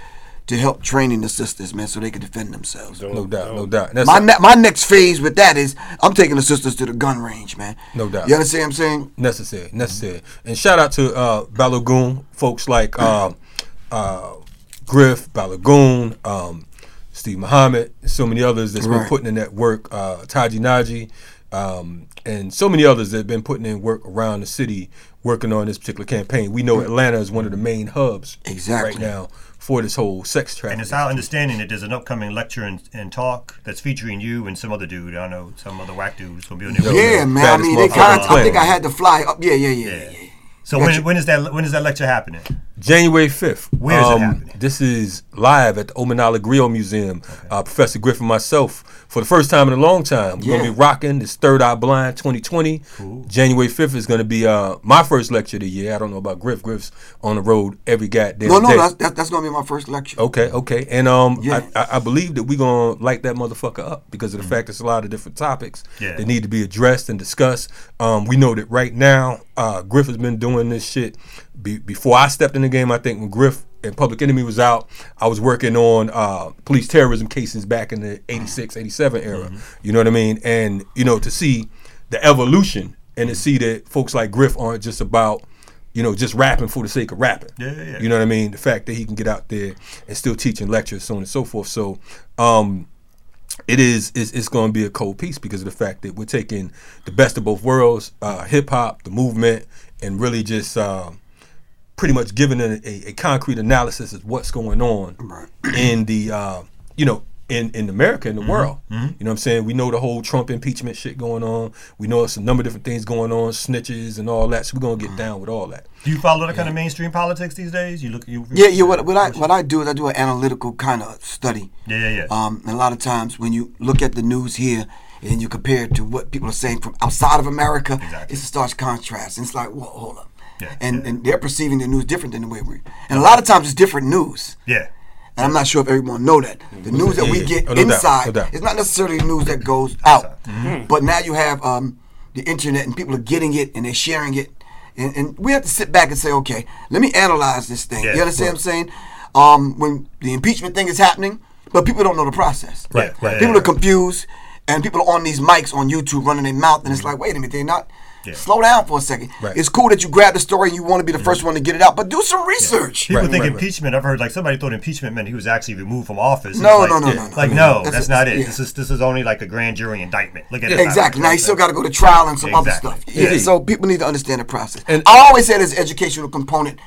Speaker 4: to help training the sisters, man, so they can defend themselves.
Speaker 2: No doubt, no doubt. And that's
Speaker 4: My ne- my next phase with that is I'm taking the sisters to the gun range, man.
Speaker 2: No doubt.
Speaker 4: You understand what I'm saying?
Speaker 2: necessary, necessary. And shout out to uh, Balagoon folks like um, uh, Griff, Balagoon, um, Steve Muhammad, and so many others that's been
Speaker 4: Right.
Speaker 2: putting in that work. Uh, Taji Naji, um, and so many others that have been putting in work around the city working on this particular campaign. We know Atlanta is one of the main hubs
Speaker 4: Mm. Exactly.
Speaker 2: right now for this whole sex trafficking.
Speaker 3: And it's our understanding that there's an upcoming lecture and, and talk that's featuring you and some other dude. I know some other whack dude who's gonna be on there.
Speaker 4: Yeah, man. I
Speaker 2: Baddest
Speaker 4: mean, they
Speaker 2: motherfucker
Speaker 4: kind
Speaker 2: on
Speaker 4: I think
Speaker 2: planet.
Speaker 4: I had to fly up. Yeah, yeah, yeah, yeah. yeah.
Speaker 3: So when, when is that when is that lecture happening?
Speaker 2: January 5th.
Speaker 3: Where is it happening?
Speaker 2: This is live at the Ominala Grill Museum. Uh, Professor Griffin, myself, for the first time in a long time, we're going
Speaker 4: Yeah.
Speaker 2: to be rocking this Third Eye Blind 2020. January 5th is going to be uh, my first lecture of the year. I don't know about Griff. Griff's on the road every goddamn
Speaker 4: No, no,
Speaker 2: day.
Speaker 4: that's, that's, that's gonna be my first lecture.
Speaker 2: Okay, okay, and um,
Speaker 4: Yeah.
Speaker 2: I, I, I believe that we're gonna light that motherfucker up because of the fact it's a lot of different topics
Speaker 3: Yeah.
Speaker 2: that need to be addressed and discussed. Um, we know that right now, uh, Griff has been doing this shit be, before I stepped in the game. I think when Griff and Public Enemy was out, I was working on uh, police terrorism cases back in the 86, 87 era. You know what I mean? And you know to see the evolution and to see that folks like Griff aren't just about you know just rapping for the sake of rapping.
Speaker 3: Yeah, yeah, yeah.
Speaker 2: You know what I mean? The fact that he can get out there and still teach and lecture, so on and so forth. So, um, it is it's, it's going to be a cold piece because of the fact that we're taking the best of both worlds, uh, hip hop, the movement, and really just um pretty much giving it a, a concrete analysis of what's going on in the uh, you know. In, in America, in the
Speaker 3: Mm-hmm.
Speaker 2: world, you know what I'm saying. We know the whole Trump impeachment shit going on. We know it's a number of different things going on, snitches and all that. So we're
Speaker 3: Mm-hmm.
Speaker 2: gonna get down with all that.
Speaker 3: Do you follow that kind of mainstream politics these days? You look. You,
Speaker 4: Yeah, yeah. What, what I what I do is I do an analytical kind of study.
Speaker 3: Yeah, yeah, yeah.
Speaker 4: Um, and a lot of times when you look at the news here and you compare it to what people are saying from outside of America,
Speaker 3: Exactly.
Speaker 4: it's a stark contrast. And it's like, whoa, hold up.
Speaker 3: Yeah,
Speaker 4: and and they're perceiving the news different than the way we. And a lot of times it's different news.
Speaker 3: Yeah.
Speaker 4: And I'm not sure if everyone know that the news that we
Speaker 2: yeah.
Speaker 4: get
Speaker 2: Oh, no doubt,
Speaker 4: inside
Speaker 2: no doubt.
Speaker 4: is not necessarily news that goes out. But now you have um, the internet and people are getting it and they're sharing it, and, and we have to sit back and say, okay, let me analyze this thing.
Speaker 3: Yeah,
Speaker 4: you understand what I'm saying? Um, when the impeachment thing is happening, but people don't know the process.
Speaker 3: Right, right,
Speaker 4: People
Speaker 3: right,
Speaker 4: are confused, and people are on these mics on YouTube running their mouth, and it's like, wait a minute, they're not.
Speaker 3: Yeah.
Speaker 4: Slow down for a second.
Speaker 2: Right.
Speaker 4: It's cool that you grab the story and you want to be the first one to get it out, but do some research.
Speaker 3: People
Speaker 2: Right,
Speaker 3: think
Speaker 2: right, right.
Speaker 3: impeachment. I've heard like somebody thought impeachment meant he was actually removed from office. It's
Speaker 4: No,
Speaker 3: like,
Speaker 4: no, no, no, no.
Speaker 3: Like
Speaker 4: Yeah.
Speaker 3: no,
Speaker 4: That's
Speaker 3: that's
Speaker 4: a-
Speaker 3: not it.
Speaker 4: yeah.
Speaker 3: This is this is only like a grand jury indictment. Look at it.
Speaker 4: Exactly. Now you still got to go to trial and some
Speaker 3: Exactly.
Speaker 4: other stuff. Yeah.
Speaker 2: Indeed.
Speaker 4: So people need to understand the process.
Speaker 2: And-
Speaker 4: I always say there's an educational component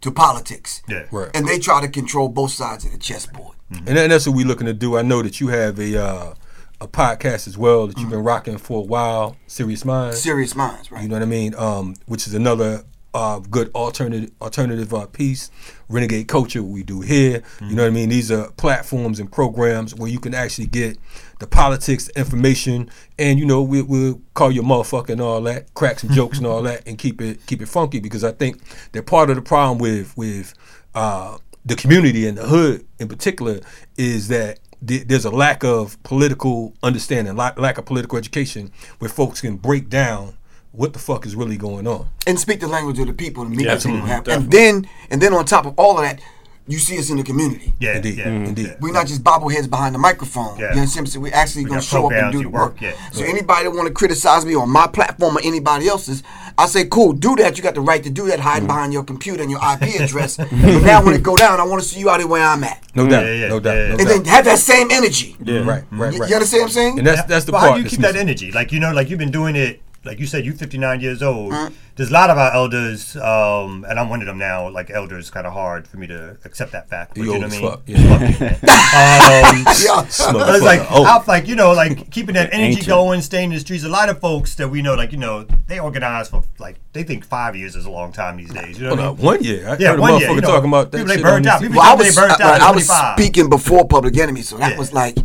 Speaker 4: to politics.
Speaker 3: Yeah.
Speaker 2: Right.
Speaker 4: And they try to control both sides of the chessboard.
Speaker 2: And that- that's what we're looking to do. I know that you have a uh, a podcast as well that you've been rocking for a while, Serious Minds.
Speaker 4: Serious minds, right?
Speaker 2: You know what I mean? Um, which is another uh, good alternative alternative uh, piece. Renegade culture we do here. You know what I mean? These are platforms and programs where you can actually get the politics, the information, and you know we will call you a motherfucker and all that, crack some jokes and all that, and keep it keep it funky because I think that part of the problem with with uh, the community and the hood in particular is that th- there's a lack of political understanding, lack, lack of political education, where folks can break down what the fuck is really going on.
Speaker 4: and speak the language of the people and meet
Speaker 1: Yeah,
Speaker 4: the people.
Speaker 1: absolutely.
Speaker 4: half- And then and then on top of all of that, you see us in the community.
Speaker 3: Yeah.
Speaker 2: Indeed, Mm-hmm.
Speaker 3: Yeah. Mm-hmm.
Speaker 2: indeed.
Speaker 4: We're not just bobbleheads behind the microphone.
Speaker 3: Yeah.
Speaker 4: You know what I'm saying? We're actually going
Speaker 3: got
Speaker 4: to show up and
Speaker 3: programs,
Speaker 4: do
Speaker 3: you
Speaker 4: the
Speaker 3: work,
Speaker 4: work.
Speaker 3: yeah.
Speaker 4: So anybody that want to criticize me on my platform or anybody else's, I say, cool, do that. You got the right to do that, hiding behind your computer and your IP address. but now when it go down, I want to see you out here where I'm at.
Speaker 2: No doubt,
Speaker 3: yeah,
Speaker 2: no doubt,
Speaker 3: yeah, yeah. Mm-hmm.
Speaker 2: no
Speaker 4: And
Speaker 2: doubt.
Speaker 4: then have that same energy.
Speaker 1: Yeah.
Speaker 2: Right, right,
Speaker 4: You,
Speaker 2: right.
Speaker 4: you understand what I'm saying?
Speaker 2: And that's that's the
Speaker 3: but
Speaker 2: part.
Speaker 3: How do you
Speaker 2: that's
Speaker 3: keep that
Speaker 2: missing.
Speaker 3: energy? Like you know, like you've been doing it. Like you said, you're 59 years old. There's a lot of our elders, um, and I'm one of them now. Like elders, kind of hard for me to accept that fact. But
Speaker 2: You
Speaker 3: you
Speaker 2: old
Speaker 3: know what
Speaker 2: as
Speaker 3: I
Speaker 2: fuck.
Speaker 3: mean?
Speaker 2: Yeah.
Speaker 3: Um,
Speaker 4: yeah.
Speaker 2: Motherfucker,
Speaker 3: I was like,
Speaker 2: oh.
Speaker 3: out, like you know, like keeping that energy
Speaker 1: Ancient.
Speaker 3: going, staying in the streets. A lot of folks that we know, like you know, they organize for like they think five years is a long time these days. You know
Speaker 2: Hold
Speaker 3: what I
Speaker 2: on,
Speaker 3: mean?
Speaker 2: one year. I
Speaker 3: Yeah,
Speaker 2: heard a
Speaker 3: one year,
Speaker 2: motherfucker
Speaker 3: you know,
Speaker 2: talking about that
Speaker 3: people, they
Speaker 2: shit
Speaker 3: burned
Speaker 2: on
Speaker 3: out.
Speaker 2: YouTube.
Speaker 3: People-
Speaker 4: Well, I
Speaker 3: They
Speaker 4: was,
Speaker 3: burnt out
Speaker 4: I-
Speaker 3: at
Speaker 4: I was
Speaker 3: 25.
Speaker 4: speaking before Public Enemy, so that
Speaker 3: Yeah.
Speaker 4: was like.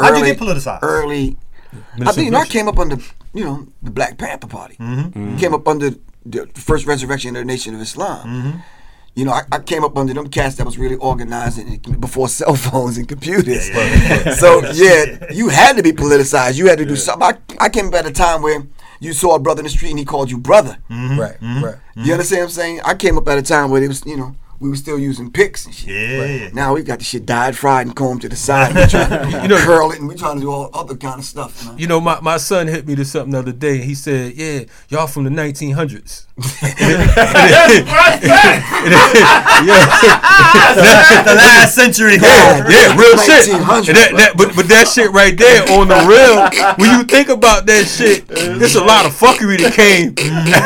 Speaker 3: How'd you
Speaker 4: early-
Speaker 3: get politicized?
Speaker 4: Early. I think you know, I came up under, you know, the Black Panther Party.
Speaker 3: Mm-hmm.
Speaker 4: Mm-hmm. Came up under the first resurrection of the Nation of Islam.
Speaker 3: Mm-hmm.
Speaker 4: You know, I, I came up under them cats that was really organizing it before cell phones and computers. so yeah, you had to be politicized. You had to do something. I, I came up at a time where you saw a
Speaker 3: Mm-hmm.
Speaker 4: brother in the street and he called you brother.
Speaker 2: Right, right.
Speaker 4: You understand what I'm saying? I came up at a time where it was, you know, we were still using picks and shit.
Speaker 3: Yeah.
Speaker 4: But now we've got the shit dyed, fried, and combed to the side. We're trying to
Speaker 2: You know-
Speaker 4: curl it, and we're trying to do all other kind of stuff. Man.
Speaker 2: You know, my, my son hit me to something the other day. He said, "Yeah, y'all from the 1900s." yeah,
Speaker 3: the last century.
Speaker 4: Yeah.
Speaker 2: yeah, real shit.
Speaker 4: 1900s,
Speaker 2: And that- that- but but that shit right there on the real, when you think about that shit, there's a lot of fuckery that came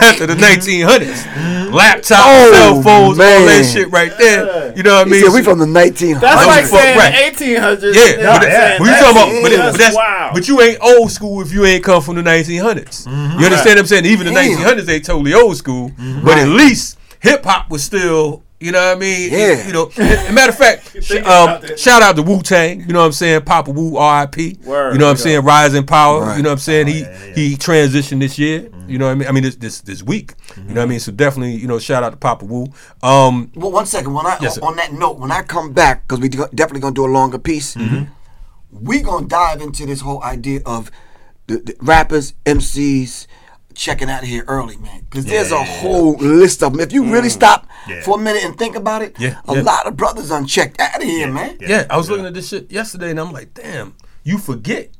Speaker 2: after the 1900s. Laptops, cell phones, all
Speaker 4: Oh, man.
Speaker 2: that shit right there. You know what I
Speaker 4: He
Speaker 2: mean?
Speaker 4: said we from the 1900s.
Speaker 1: That's
Speaker 2: Don't
Speaker 1: like
Speaker 2: you fuck
Speaker 1: saying
Speaker 2: right.
Speaker 1: 1800s.
Speaker 2: Yeah,
Speaker 1: You know what
Speaker 2: but,
Speaker 1: I'm
Speaker 3: yeah.
Speaker 1: saying?
Speaker 2: but you talking about, but, it-
Speaker 1: that's
Speaker 2: but that's
Speaker 1: wild. Mm-hmm.
Speaker 2: but you ain't old school if you ain't come from the 1900s. You understand what I'm saying? Even the
Speaker 4: Damn.
Speaker 2: 1900s ain't totally old school, but at
Speaker 4: Right.
Speaker 2: least hip hop was still. You know what I mean?
Speaker 4: Yeah.
Speaker 2: You know. and Matter of fact, sh-
Speaker 1: thinking
Speaker 2: um,
Speaker 1: about that.
Speaker 2: shout out to Wu Tang. You know what I'm saying? Papa Wu, R.I.P.
Speaker 1: Word. Oh,
Speaker 2: You know what I'm saying? Rise in power.
Speaker 4: Right.
Speaker 2: You know what I'm saying? he he transitioned this year. You know what I mean? I mean this this this week. You
Speaker 1: Mm-hmm.
Speaker 2: know what I mean? So definitely, you know, shout out to Papa Wu. Um,
Speaker 4: Well, one second. When I
Speaker 2: Yes, sir.
Speaker 4: on that note, when I come back, because we de- definitely gonna do a longer piece,
Speaker 2: Mm-hmm.
Speaker 4: we gonna dive into this whole idea of the, the rappers, MCs checking out here early, man. Because there's a whole list of them. If you really stop
Speaker 3: Yeah.
Speaker 4: for a minute and think about it,
Speaker 2: Mm. Yeah,
Speaker 4: a
Speaker 2: yeah.
Speaker 4: lot of brothers unchecked out of here, man.
Speaker 2: Yeah, I was looking at this shit yesterday, and I'm like, damn, you forget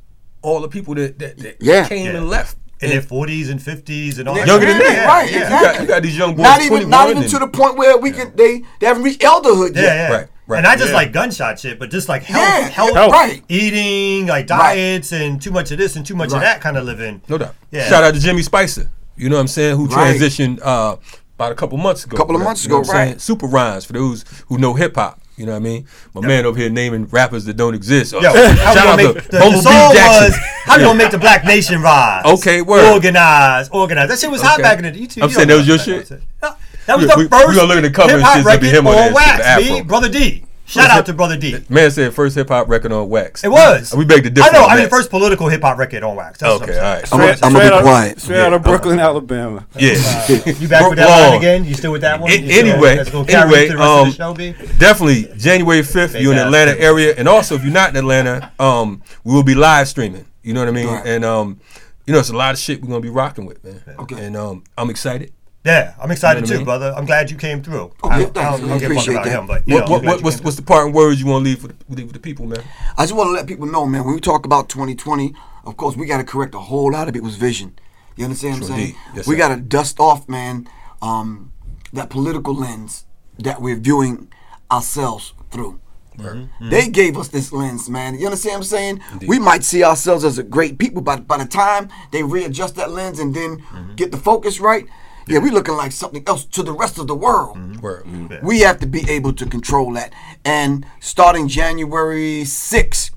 Speaker 2: all the people that that, that
Speaker 4: Yeah.
Speaker 2: came
Speaker 3: Yeah.
Speaker 2: and left.
Speaker 3: In their
Speaker 2: And
Speaker 3: forties and fifties and all.
Speaker 2: Younger than
Speaker 4: Yeah,
Speaker 2: that.
Speaker 4: right?
Speaker 2: Yeah. You got-
Speaker 4: Exactly.
Speaker 2: you got these young boys
Speaker 4: Not even, not
Speaker 2: 21
Speaker 4: even
Speaker 2: and-
Speaker 4: to the point where we can they they haven't reached elderhood
Speaker 3: Yeah,
Speaker 4: yet.
Speaker 3: yeah.
Speaker 2: Right, right.
Speaker 3: And not just
Speaker 2: Yeah.
Speaker 3: like gunshot shit, but just like health,
Speaker 4: Yeah,
Speaker 3: health,
Speaker 4: yeah, right.
Speaker 3: eating, like
Speaker 4: Right.
Speaker 3: diets, and too much of this and too much
Speaker 4: Right.
Speaker 3: of that kind of living.
Speaker 2: no doubt.
Speaker 3: Yeah.
Speaker 2: Shout out to Jimmy Spicer. You know what I'm saying? Who
Speaker 4: Right.
Speaker 2: transitioned uh, about a couple months ago.
Speaker 4: Couple of
Speaker 2: Right.
Speaker 4: months
Speaker 2: You know
Speaker 4: ago,
Speaker 2: what I'm saying?
Speaker 4: right.
Speaker 2: Super rhymes for those who know hip hop. You know what I mean? My man over here naming rappers that don't exist. Oh,
Speaker 3: Yo,
Speaker 2: shout
Speaker 3: how we gonna
Speaker 2: out
Speaker 3: make
Speaker 2: to
Speaker 3: the, the
Speaker 2: Bumble B
Speaker 3: song
Speaker 2: Jackson.
Speaker 3: was how we gonna make the black nation rise?
Speaker 2: Okay, word.
Speaker 3: Organize, organize. That shit was hot
Speaker 2: Okay.
Speaker 3: back in the day. You two-
Speaker 2: I'm
Speaker 3: you
Speaker 2: saying
Speaker 3: don't
Speaker 2: that was your
Speaker 3: know
Speaker 2: shit?
Speaker 3: That That was
Speaker 2: We-
Speaker 3: the
Speaker 2: we- we
Speaker 3: first
Speaker 2: gonna look at the cover and
Speaker 3: hip-hop
Speaker 2: shit, it'll be
Speaker 3: record
Speaker 2: him on there,
Speaker 3: on
Speaker 2: it's
Speaker 3: wax,
Speaker 2: the
Speaker 3: B.
Speaker 2: Afro.
Speaker 3: Brother D. Shout out to Brother D.
Speaker 2: Man said first hip hop record on wax.
Speaker 3: It was.
Speaker 2: We beg to differ.
Speaker 3: I know.
Speaker 2: on
Speaker 3: I mean,
Speaker 2: that.
Speaker 3: first political hip hop record on wax. That's what
Speaker 2: Okay,
Speaker 3: I'm
Speaker 2: all
Speaker 3: saying.
Speaker 2: right.
Speaker 4: I'm gonna- I'm gonna be
Speaker 1: Straight out-
Speaker 4: quiet.
Speaker 1: Straight out of Brooklyn, Alabama.
Speaker 2: yeah.
Speaker 3: You back
Speaker 2: Broke
Speaker 3: with that line
Speaker 2: Law.
Speaker 3: again? You still with that one?
Speaker 2: An-
Speaker 3: You still-
Speaker 2: anyway,
Speaker 3: that's gonna carry
Speaker 2: anyway,
Speaker 3: you through the rest of the
Speaker 2: um,
Speaker 3: show, B?
Speaker 2: Definitely January 5th, you're in the
Speaker 3: Fantastic.
Speaker 2: Atlanta area. And also, if you're not in Atlanta, um, we will be live streaming. You know what I mean?
Speaker 4: Right.
Speaker 2: And, um, you know, it's a lot of shit we're going to be rocking with, man.
Speaker 4: Okay.
Speaker 2: And um, I'm excited.
Speaker 3: Yeah, I'm
Speaker 2: You know what
Speaker 3: excited
Speaker 2: I
Speaker 3: too,
Speaker 2: mean?
Speaker 3: brother. I'm glad you came through.
Speaker 4: Okay,
Speaker 3: I,
Speaker 4: thanks, man. Oh, Appreciate
Speaker 3: about
Speaker 4: that.
Speaker 3: him, but you
Speaker 2: What,
Speaker 3: know,
Speaker 2: what,
Speaker 3: I'm glad
Speaker 2: what,
Speaker 3: you
Speaker 2: what's,
Speaker 3: came
Speaker 2: what's the parting words you want to leave with, leave with the people, man?
Speaker 4: I just want to let people know, man, when we talk about 2020, of course, we got to correct a whole lot of people's vision. You understand what
Speaker 2: Sure
Speaker 4: I'm saying?
Speaker 2: indeed. Yes,
Speaker 4: we
Speaker 2: sir.
Speaker 4: got to dust off, man, um, that political lens that we're viewing ourselves through.
Speaker 2: Mm-hmm.
Speaker 4: They gave us this lens, man. You understand what I'm saying? We might see ourselves as a great people, but by the time they readjust that lens and then
Speaker 2: Mm-hmm.
Speaker 4: get the focus right, yeah, we looking like something else to the rest of the world.
Speaker 2: Word.
Speaker 4: We have to be able to control that. And starting January 6th,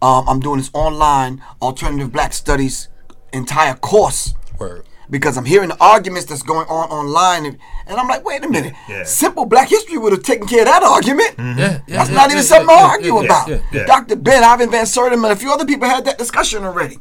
Speaker 4: um, I'm doing this online alternative black studies entire course
Speaker 2: Word.
Speaker 4: because I'm hearing the arguments that's going on online. And, and I'm like, wait a minute.
Speaker 3: Yeah.
Speaker 4: Simple black history would have taken care of that argument.
Speaker 2: Yeah, yeah,
Speaker 4: That's
Speaker 2: yeah,
Speaker 4: not
Speaker 2: yeah,
Speaker 4: even
Speaker 2: yeah,
Speaker 4: something
Speaker 2: yeah,
Speaker 4: I'll argue
Speaker 2: yeah,
Speaker 4: about.
Speaker 2: yeah,
Speaker 3: yeah.
Speaker 4: Dr. Ben, Ivan Van Sertem, and a few other people had that discussion already.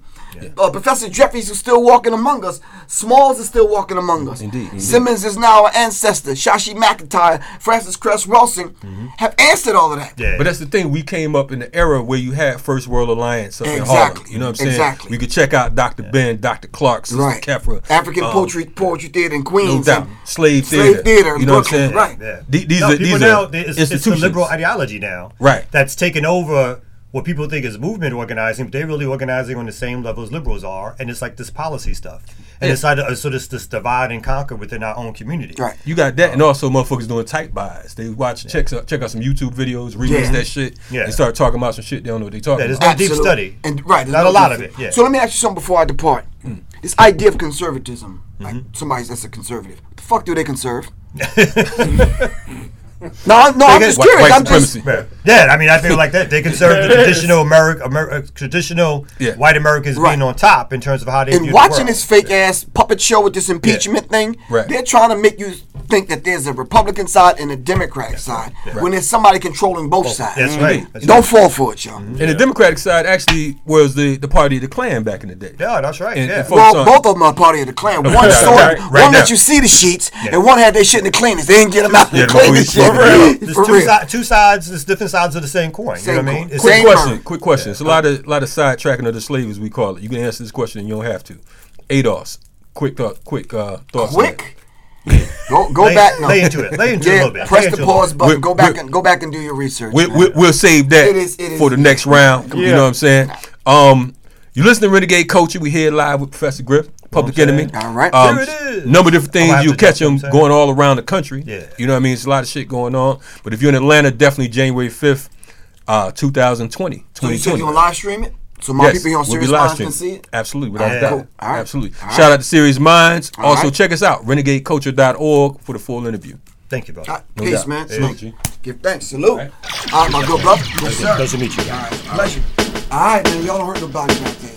Speaker 4: Uh, Professor Jeffries is still walking among us. Smalls is still walking among us.
Speaker 2: Indeed, indeed.
Speaker 4: Simmons is now our ancestor. Shashi McIntyre, Francis Cress Wilson
Speaker 2: Mm-hmm.
Speaker 4: have answered all of that.
Speaker 3: Yeah.
Speaker 2: But that's the thing. We came up in the era where you had First World Alliance up in Harlem.
Speaker 4: Exactly.
Speaker 2: You know what I'm saying?
Speaker 4: Exactly.
Speaker 2: We could check out Dr. Ben, Dr. Clark, Sister
Speaker 4: Right.
Speaker 2: Kefra,
Speaker 4: African
Speaker 2: um,
Speaker 4: poetry poetry theater in
Speaker 2: No
Speaker 4: Queens.
Speaker 2: doubt.
Speaker 4: and-
Speaker 2: Slave theater.
Speaker 4: Slave theater in
Speaker 2: You know what I'm saying?
Speaker 4: Brooklyn, right.
Speaker 3: Yeah.
Speaker 2: The- These
Speaker 3: No,
Speaker 2: are
Speaker 3: people
Speaker 2: these
Speaker 3: now,
Speaker 2: are
Speaker 3: they- it's, it's the
Speaker 2: institutions.
Speaker 3: liberal ideology now,
Speaker 2: Right.
Speaker 3: That's taken over what people think is movement organizing, but they're really organizing on the same level as liberals are, and it's like this policy stuff, and it's like uh, so this this divide and conquer within our own community,
Speaker 4: Right.
Speaker 2: You got that,
Speaker 3: Uh,
Speaker 2: and also motherfuckers doing tight buys. They watch, check, out, check out some YouTube videos, remix
Speaker 4: Yeah.
Speaker 2: that shit.
Speaker 3: Yeah.
Speaker 2: They start talking about some shit they don't know what they talking
Speaker 3: Yeah, there's
Speaker 2: about.
Speaker 3: no deep
Speaker 4: Absolute-
Speaker 3: study,
Speaker 4: And right, there's
Speaker 3: not
Speaker 4: no
Speaker 3: a lot
Speaker 4: deep
Speaker 3: of it.
Speaker 4: study.
Speaker 3: Yeah. Hmm.
Speaker 4: So let me ask you something before I depart. This idea of conservatism, like
Speaker 3: Mm-hmm.
Speaker 4: somebody's that's a conservative. What the fuck do they conserve? no, I- no, I'm
Speaker 3: They
Speaker 4: just
Speaker 2: White-
Speaker 4: curious.
Speaker 2: white
Speaker 4: I'm just
Speaker 2: supremacy.
Speaker 3: Yeah. yeah, I mean, I feel like that they conserve the traditional America, Ameri- uh, traditional
Speaker 2: Yeah.
Speaker 3: white Americans
Speaker 4: Right.
Speaker 3: being on top in terms of how they view
Speaker 4: and
Speaker 3: the
Speaker 4: watching
Speaker 3: world.
Speaker 4: this fake ass puppet show with this impeachment thing.
Speaker 2: Right.
Speaker 4: They're trying to make you think that there's a Republican side and a Democratic side when there's somebody controlling both sides. Mm-hmm.
Speaker 3: That's right. That's
Speaker 4: Don't
Speaker 3: right. Mm-hmm.
Speaker 4: fall for it, y'all.
Speaker 2: And the Democratic side actually was the, the party of the Klan back in the day.
Speaker 3: Yeah, that's right.
Speaker 2: And-
Speaker 3: yeah.
Speaker 2: and
Speaker 4: Well,
Speaker 2: Folks, uh,
Speaker 4: both of them are part of the Klan. One
Speaker 2: right,
Speaker 4: saw,
Speaker 2: right,
Speaker 3: right
Speaker 4: one let
Speaker 2: now.
Speaker 4: you see the sheets,
Speaker 3: Yeah.
Speaker 4: and one had their shit in the cleaners. They didn't get them out
Speaker 2: Yeah,
Speaker 4: the cleaners.
Speaker 2: boys,
Speaker 4: shit.
Speaker 2: for real.
Speaker 3: There's
Speaker 4: For
Speaker 3: two,
Speaker 4: real.
Speaker 3: si- two sides, there's different sides of the same coin.
Speaker 4: Same
Speaker 3: you know what I mean?
Speaker 4: coin.
Speaker 3: It's
Speaker 4: Quick
Speaker 2: Quick
Speaker 4: Same
Speaker 2: question.
Speaker 4: time.
Speaker 2: Quick question. It's a lot of lot of sidetracking of the slaves. We call it. You can answer this question and you don't have to. ADOS. Quick thought. Quick uh, thoughts. on
Speaker 4: Quick?
Speaker 2: that.
Speaker 4: Go go
Speaker 3: Lay-
Speaker 4: back. No.
Speaker 3: lay into it. Lay into it a
Speaker 4: yeah,
Speaker 3: little bit.
Speaker 4: Press
Speaker 3: Lay
Speaker 4: the
Speaker 3: into it a
Speaker 4: pause
Speaker 3: little
Speaker 4: button.
Speaker 2: bit.
Speaker 4: go
Speaker 2: We're-
Speaker 4: back and go back and do your research.
Speaker 2: We,
Speaker 4: man.
Speaker 2: we, we'll save that
Speaker 4: It is- it is-
Speaker 2: for the next round. You
Speaker 1: Yeah.
Speaker 2: know what I'm saying? Um, you listen to Renegade Culture. We here live with Professor Griff, Public
Speaker 3: what I'm
Speaker 2: Enemy.
Speaker 3: saying?
Speaker 4: All right.
Speaker 2: Um,
Speaker 3: There it is.
Speaker 2: Number of different
Speaker 3: I'll
Speaker 2: things
Speaker 3: have
Speaker 2: you
Speaker 3: to
Speaker 2: catch
Speaker 3: do, you know
Speaker 2: them
Speaker 3: what I'm saying?
Speaker 2: going all around the country.
Speaker 3: Yeah.
Speaker 2: You know what I mean? It's a lot of shit going on. But if you're in Atlanta, definitely January 5th, uh, 2020.
Speaker 4: so you said
Speaker 2: 2020.
Speaker 4: you gonna live stream it, so my
Speaker 2: Yes,
Speaker 4: people here on
Speaker 2: we'll
Speaker 4: Serious
Speaker 2: be live
Speaker 4: Minds can
Speaker 2: streaming.
Speaker 4: see it.
Speaker 2: Absolutely, without a
Speaker 3: Yeah.
Speaker 2: doubt.
Speaker 3: Cool.
Speaker 4: All right.
Speaker 2: Absolutely.
Speaker 4: All
Speaker 2: Shout out to Serious Minds.
Speaker 4: All
Speaker 2: also,
Speaker 4: right.
Speaker 2: check us out, renegadeculture.org, for the full interview.
Speaker 3: Thank you, brother.
Speaker 4: God,
Speaker 2: No
Speaker 4: peace,
Speaker 2: doubt.
Speaker 4: man.
Speaker 2: Yeah.
Speaker 4: Salute.
Speaker 2: G.
Speaker 4: Give thanks. Salute. All
Speaker 2: right.
Speaker 4: right, my good brother. Yes, sir.
Speaker 3: Nice to meet you.
Speaker 4: Bless you. All right, man. Y'all don't hurt nobody back there.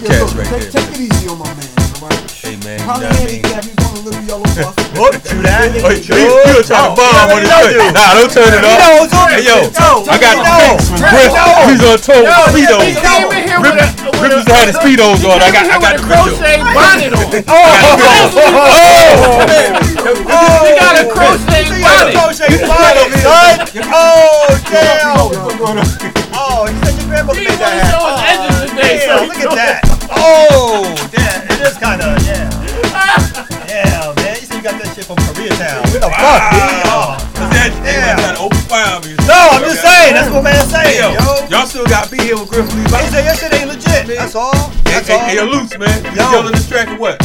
Speaker 4: Yeah,
Speaker 2: Cats
Speaker 4: so
Speaker 2: right
Speaker 4: take,
Speaker 2: there.
Speaker 4: take it easy on my man. All right.
Speaker 2: Hey, man, you
Speaker 4: Probably
Speaker 2: know what I mean?
Speaker 4: handicapped. He's gonna little yellow bus.
Speaker 3: Oh, shoot that.
Speaker 2: Oh, you still trying to bomb on his foot. Nah, don't turn it off.
Speaker 3: No, don't-
Speaker 2: hey, yo,
Speaker 3: no,
Speaker 2: I got
Speaker 3: no,
Speaker 2: the
Speaker 3: no.
Speaker 2: Griff, he's on tour with
Speaker 5: Yo, yeah,
Speaker 2: Speedos.
Speaker 5: he came in here
Speaker 2: Griff,
Speaker 5: with a- with
Speaker 2: Griff
Speaker 5: a-
Speaker 2: just had his Speedos on. I got, I got the
Speaker 5: a
Speaker 2: video.
Speaker 5: crochet bonnet on.
Speaker 3: Oh,
Speaker 5: He got a crochet bonnet.
Speaker 3: Oh, damn. Oh, you said your grandma
Speaker 5: He wanted
Speaker 3: made
Speaker 5: to
Speaker 3: that
Speaker 5: show his
Speaker 3: hat.
Speaker 5: edges today.
Speaker 3: Damn,
Speaker 5: so
Speaker 3: look at that. Oh, yeah, it is kind of, yeah. Yeah, man, you see you got that shit from Koreatown. What the fuck, dude? Oh. Damn.
Speaker 2: open fire on me.
Speaker 3: No, I'm just saying, that's what man
Speaker 2: Hey, yo,
Speaker 3: saying, yo.
Speaker 2: y'all still got be here with Griff Lee.
Speaker 3: He said your shit ain't legit. That's all.
Speaker 2: Hey,
Speaker 3: That's
Speaker 2: hey, hey, you're
Speaker 3: all.
Speaker 2: loose, man. You
Speaker 3: Yo.
Speaker 2: yelling this track or what?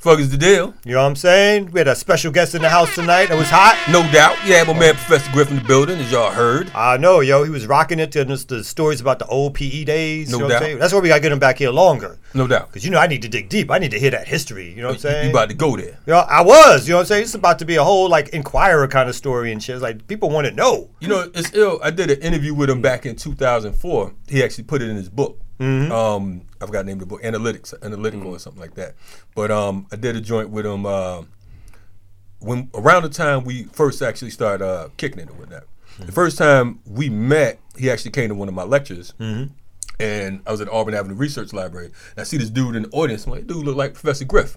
Speaker 2: Fuck is the deal?
Speaker 3: You know what I'm saying? We had a special guest in the house tonight. It was hot.
Speaker 2: No doubt. Yeah, my man Professor Griff in the building, as y'all heard.
Speaker 3: I know, yo. He was rocking it, telling us the stories about the old PE days.
Speaker 2: No
Speaker 3: you know What
Speaker 2: doubt.
Speaker 3: I'm saying? That's why we gotta get him back here longer.
Speaker 2: No doubt.
Speaker 3: Cause you know I need to dig deep. I need to hear that history. You know what I'm
Speaker 2: You-
Speaker 3: saying?
Speaker 2: You about to go there.
Speaker 3: You know, I was. You know what I'm saying? It's about to be a whole like inquirer kind of story and shit. It's like people want to know.
Speaker 2: You know, it's ill. I did an interview with him back in 2004. He actually put it in his book.
Speaker 3: Mm-hmm.
Speaker 2: Um, I forgot the name of the book, Analytics, Analytical
Speaker 3: Mm.
Speaker 2: or something like that. But um, I did a joint with him uh, when around the time we first actually started uh, kicking it and whatnot.
Speaker 3: Mm-hmm.
Speaker 2: The first time we met, he actually came to one of my lectures.
Speaker 3: Mm-hmm.
Speaker 2: And I was at Auburn Avenue Research Library. And I see this dude in the audience. I'm like, dude, look like Professor Griff.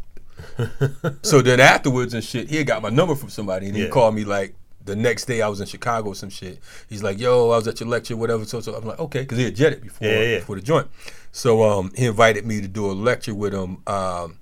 Speaker 2: so then afterwards and shit, he had got my number from somebody and he
Speaker 3: Yeah.
Speaker 2: called me like the next day I was in Chicago or some shit. He's like, yo, I was at your lecture, whatever. So, so I'm like, okay, because he had jetted before,
Speaker 3: Yeah, yeah.
Speaker 2: before the joint. So um, he invited me to do a lecture with him um,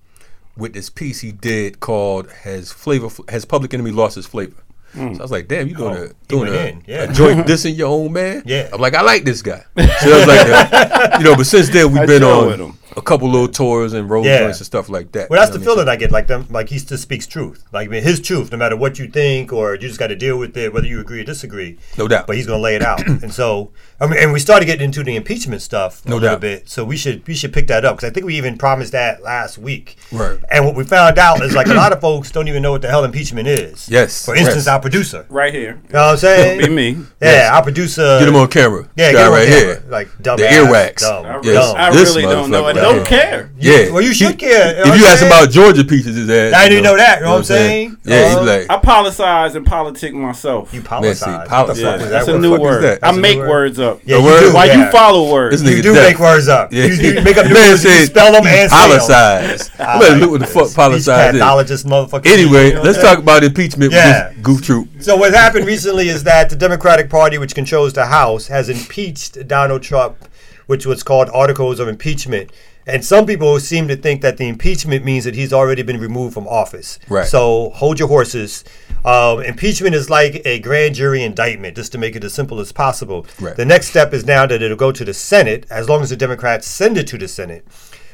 Speaker 2: with this piece he did called "Has Flavor Has Public Enemy Lost His Flavor?" So I was like, damn, you doing
Speaker 3: Hmm. Oh,
Speaker 2: a
Speaker 3: he
Speaker 2: doing
Speaker 3: went
Speaker 2: a,
Speaker 3: in, yeah.
Speaker 2: a joint dissing your own man?
Speaker 3: Yeah.
Speaker 2: I'm like, I like this guy. So I was like, uh, you know, but since then we've
Speaker 1: I
Speaker 2: been
Speaker 1: chill with him.
Speaker 2: on a couple little tours and road
Speaker 3: Yeah.
Speaker 2: joints and stuff like that.
Speaker 3: Well, that's
Speaker 2: You know
Speaker 3: the
Speaker 2: what I mean?
Speaker 3: feeling I get. Like them, like he still speaks truth. Like I mean, his truth, no matter what you think or you just got to deal with it, whether you agree or disagree.
Speaker 2: No doubt.
Speaker 3: But he's gonna lay it out, and so I mean, and we started getting into the impeachment stuff
Speaker 2: No
Speaker 3: a little
Speaker 2: doubt.
Speaker 3: bit. So we should we should pick that up because I think we even promised that last week.
Speaker 2: Right.
Speaker 3: And what we found out is like a lot of folks don't even know what the hell impeachment is.
Speaker 2: Yes,
Speaker 3: For instance,
Speaker 2: yes.
Speaker 3: our producer.
Speaker 1: Right here.
Speaker 3: You know what I'm saying?
Speaker 1: Be me.
Speaker 3: Yeah, our producer.
Speaker 2: Get him on camera.
Speaker 3: Yeah,
Speaker 2: Guy
Speaker 3: get him on
Speaker 2: right
Speaker 3: camera.
Speaker 2: here.
Speaker 3: Like dumb
Speaker 2: the
Speaker 3: ass,
Speaker 2: earwax.
Speaker 3: dumb.
Speaker 1: I,
Speaker 3: I
Speaker 1: re-
Speaker 3: Yes.
Speaker 1: I really don't know. I
Speaker 2: motherfucker.
Speaker 1: don't care.
Speaker 2: Yeah.
Speaker 3: Well, you should
Speaker 2: He-
Speaker 3: care, you know
Speaker 2: If
Speaker 3: what
Speaker 2: you
Speaker 3: I'm
Speaker 2: ask him
Speaker 3: saying?
Speaker 2: about Georgia peaches, his ass.
Speaker 3: I
Speaker 2: you
Speaker 3: didn't know that, you know what I'm saying?
Speaker 2: Yeah,
Speaker 3: Uh,
Speaker 2: he's like.
Speaker 1: I politicize and politic myself.
Speaker 3: You
Speaker 2: Man, see,
Speaker 3: politicize.
Speaker 2: poli-
Speaker 3: What the
Speaker 1: Yeah,
Speaker 3: fuck
Speaker 2: What
Speaker 3: is
Speaker 1: that's
Speaker 3: that
Speaker 1: a
Speaker 2: word?
Speaker 1: new
Speaker 2: What the fuck is
Speaker 1: word.
Speaker 2: that?
Speaker 1: I
Speaker 2: That's
Speaker 3: a
Speaker 1: make
Speaker 3: new word.
Speaker 1: words up.
Speaker 3: Yeah,
Speaker 2: The
Speaker 3: you
Speaker 2: word-
Speaker 3: do.
Speaker 1: Why
Speaker 3: yeah.
Speaker 1: you follow words?
Speaker 2: This nigga
Speaker 3: You do
Speaker 2: deaf.
Speaker 3: make words up.
Speaker 2: Yeah.
Speaker 3: You, you make up new
Speaker 2: Man
Speaker 3: words. You
Speaker 2: said,
Speaker 3: spell them and say 'em.
Speaker 2: politicize.
Speaker 3: I
Speaker 2: Let
Speaker 3: like
Speaker 2: look what the
Speaker 3: this.
Speaker 2: fuck
Speaker 3: These
Speaker 2: politicize
Speaker 3: pathologist motherfuckers.
Speaker 2: is. Anyway,
Speaker 3: You know
Speaker 2: let's
Speaker 3: what I'm
Speaker 2: talk about impeachment
Speaker 3: Yeah.
Speaker 2: with this goof troop.
Speaker 3: So what happened recently is that the Democratic Party, which controls the House, has impeached Donald Trump, which was called articles of impeachment. And some people seem to think that the impeachment means that he's already been removed from office.
Speaker 2: Right.
Speaker 3: So hold your horses. Um, impeachment is like a grand jury indictment, just to make it as simple as possible.
Speaker 2: Right.
Speaker 3: The next step is now that it'll go to the Senate, as long as the Democrats send it to the Senate.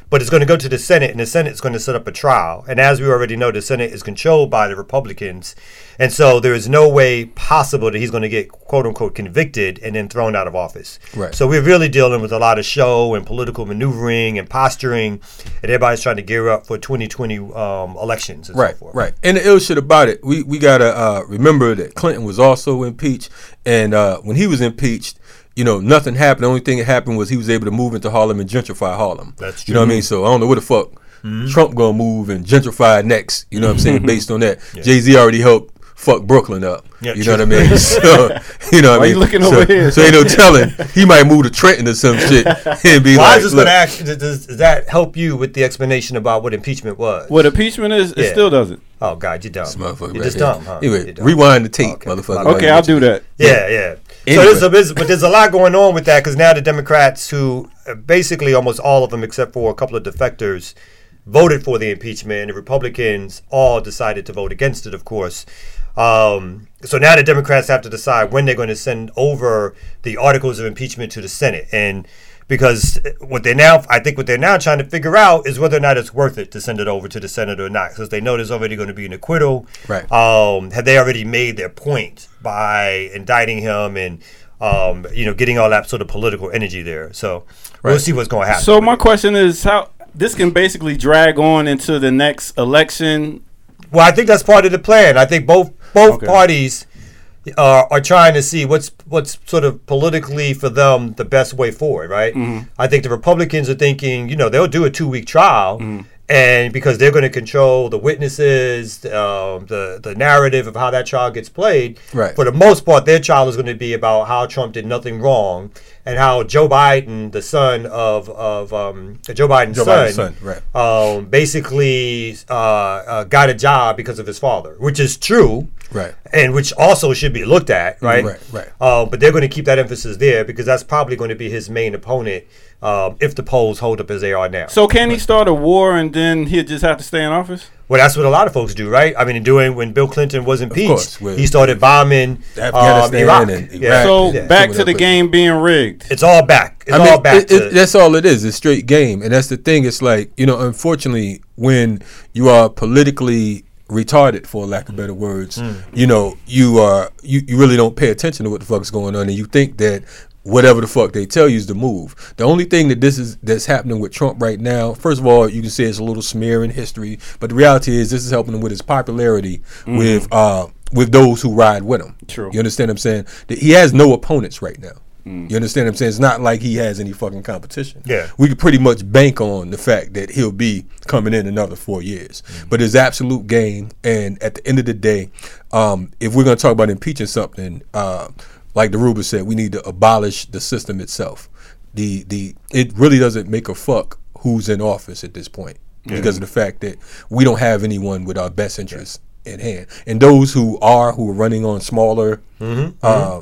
Speaker 3: But it's going to go to the Senate, and the Senate is going to set up a trial. And as we already know, the Senate is controlled by the Republicans. And so there is no way possible that he's going to get, quote unquote, convicted and then thrown out of office.
Speaker 2: Right.
Speaker 3: So we're really dealing with a lot of show and political maneuvering and posturing, and everybody's trying to gear up for 2020 um, elections and
Speaker 2: Right,
Speaker 3: so forth.
Speaker 2: right. And the ill shit about it, we we gotta uh, remember that Clinton was also impeached, and uh, when he was impeached, you know, nothing happened. The only thing that happened was he was able to move into Harlem and gentrify Harlem.
Speaker 3: That's Mm-hmm.
Speaker 2: You know what I mean? So I don't know what the fuck Trump gonna move and gentrify next. You know what I'm saying? Based on that, Jay Z already helped. Fuck Brooklyn up.
Speaker 3: Yeah,
Speaker 2: you know
Speaker 3: true.
Speaker 2: what I mean? So, you know what
Speaker 1: Why
Speaker 2: I mean?
Speaker 1: you looking
Speaker 2: so,
Speaker 1: over here?
Speaker 2: So ain't no telling. He might move to Trenton or some shit and be
Speaker 3: Well, I
Speaker 2: like,
Speaker 3: was just
Speaker 2: look,
Speaker 3: going to ask, does, does that help you with the explanation about what impeachment was?
Speaker 1: What impeachment is, it
Speaker 3: Yeah.
Speaker 1: still doesn't.
Speaker 3: Oh, God, you're dumb.
Speaker 2: motherfucker
Speaker 3: You're
Speaker 2: right
Speaker 3: just
Speaker 2: here.
Speaker 3: dumb, huh?
Speaker 2: Anyway,
Speaker 3: You're dumb. Oh,
Speaker 2: rewind the tape,
Speaker 3: Okay.
Speaker 2: motherfucker.
Speaker 3: Okay,
Speaker 2: while
Speaker 1: Okay,
Speaker 2: you
Speaker 1: I'll
Speaker 2: get your-
Speaker 1: do that.
Speaker 3: Yeah, yeah.
Speaker 2: Anyway.
Speaker 3: So there's a, there's, but there's a lot going on with that because now the Democrats, who uh, basically almost all of them, except for a couple of defectors, voted for the impeachment, and the Republicans all decided to vote against it, of course. Um, so now the Democrats have to decide when they're going to send over the articles of impeachment to the Senate, and because uh, what they're now, I think, what they're now trying to figure out is whether or not it's worth it to send it over to the Senate or not, because they know there's already going to be an acquittal.
Speaker 2: Right.
Speaker 3: Um, have they already made their point by indicting him and um, you know getting all that sort of political energy there? So we'll
Speaker 2: Right.
Speaker 3: see what's going to happen.
Speaker 1: So my question is how this can basically drag on into the next election.
Speaker 3: Well, I think that's part of the plan. I think both both
Speaker 1: Okay.
Speaker 3: parties uh, are trying to see what's what's sort of politically for them the best way forward, right?
Speaker 2: Mm-hmm.
Speaker 3: I think the Republicans are thinking, you know, they'll do a two week trial.
Speaker 2: Mm-hmm.
Speaker 3: And because they're going to control the witnesses, um, the the narrative of how that trial gets played,
Speaker 2: Right.
Speaker 3: for the most part, their trial is going to be about how Trump did nothing wrong and how Joe Biden, the son of of um, Joe Biden's
Speaker 2: Joe
Speaker 3: son,
Speaker 2: Biden's son, right.
Speaker 3: um, basically uh, uh, got a job because of his father, which is true,
Speaker 2: Right. Mm,
Speaker 3: And which also should be looked at, right?
Speaker 2: Right, right.
Speaker 3: Uh, but they're going to keep that emphasis there because that's probably going to be his main opponent um, if the polls hold up as they are now.
Speaker 1: So can he start a war and then he'll just have to stay in office?
Speaker 3: Well, that's what a lot of folks do, right? I mean, doing when Bill Clinton was
Speaker 2: course,
Speaker 3: impeached,
Speaker 2: with-
Speaker 3: he started bombing um,
Speaker 2: Afghanistan
Speaker 3: Iraq.
Speaker 2: and
Speaker 3: Yeah.
Speaker 2: Iraq.
Speaker 1: So
Speaker 2: Yeah.
Speaker 1: back
Speaker 2: See what
Speaker 1: to the
Speaker 2: happens.
Speaker 1: game being rigged.
Speaker 3: it's all back. It's all back.
Speaker 2: it- it-
Speaker 3: to,
Speaker 2: that's all it is. It's straight game, and that's the thing. It's like you know, unfortunately, when you are politically retarded, for lack of better words,
Speaker 3: Hmm.
Speaker 2: you know, you are you, you really don't pay attention to what the fuck's going on, and you think that whatever the fuck they tell you is the move. The only thing that this is that's happening with Trump right now, first of all, you can say it's a little smear in history, but the reality is this is helping him with his popularity
Speaker 3: Hmm.
Speaker 2: with uh with those who ride with him.
Speaker 1: True.
Speaker 2: You understand what I'm saying? That He has no opponents right now. You understand what I'm saying? It's not like he has any fucking competition.
Speaker 3: Yeah.
Speaker 2: We could pretty much bank on the fact that he'll be coming in another four years. But it's absolute game. And at the end of the day, um, if we're going to talk about impeaching something, uh, like the Ruber said, we need to abolish the system itself. The the It really doesn't make a fuck who's in office at this point because of the fact that we don't have anyone with our best interests at hand. And those who are, who are running on smaller. Uh,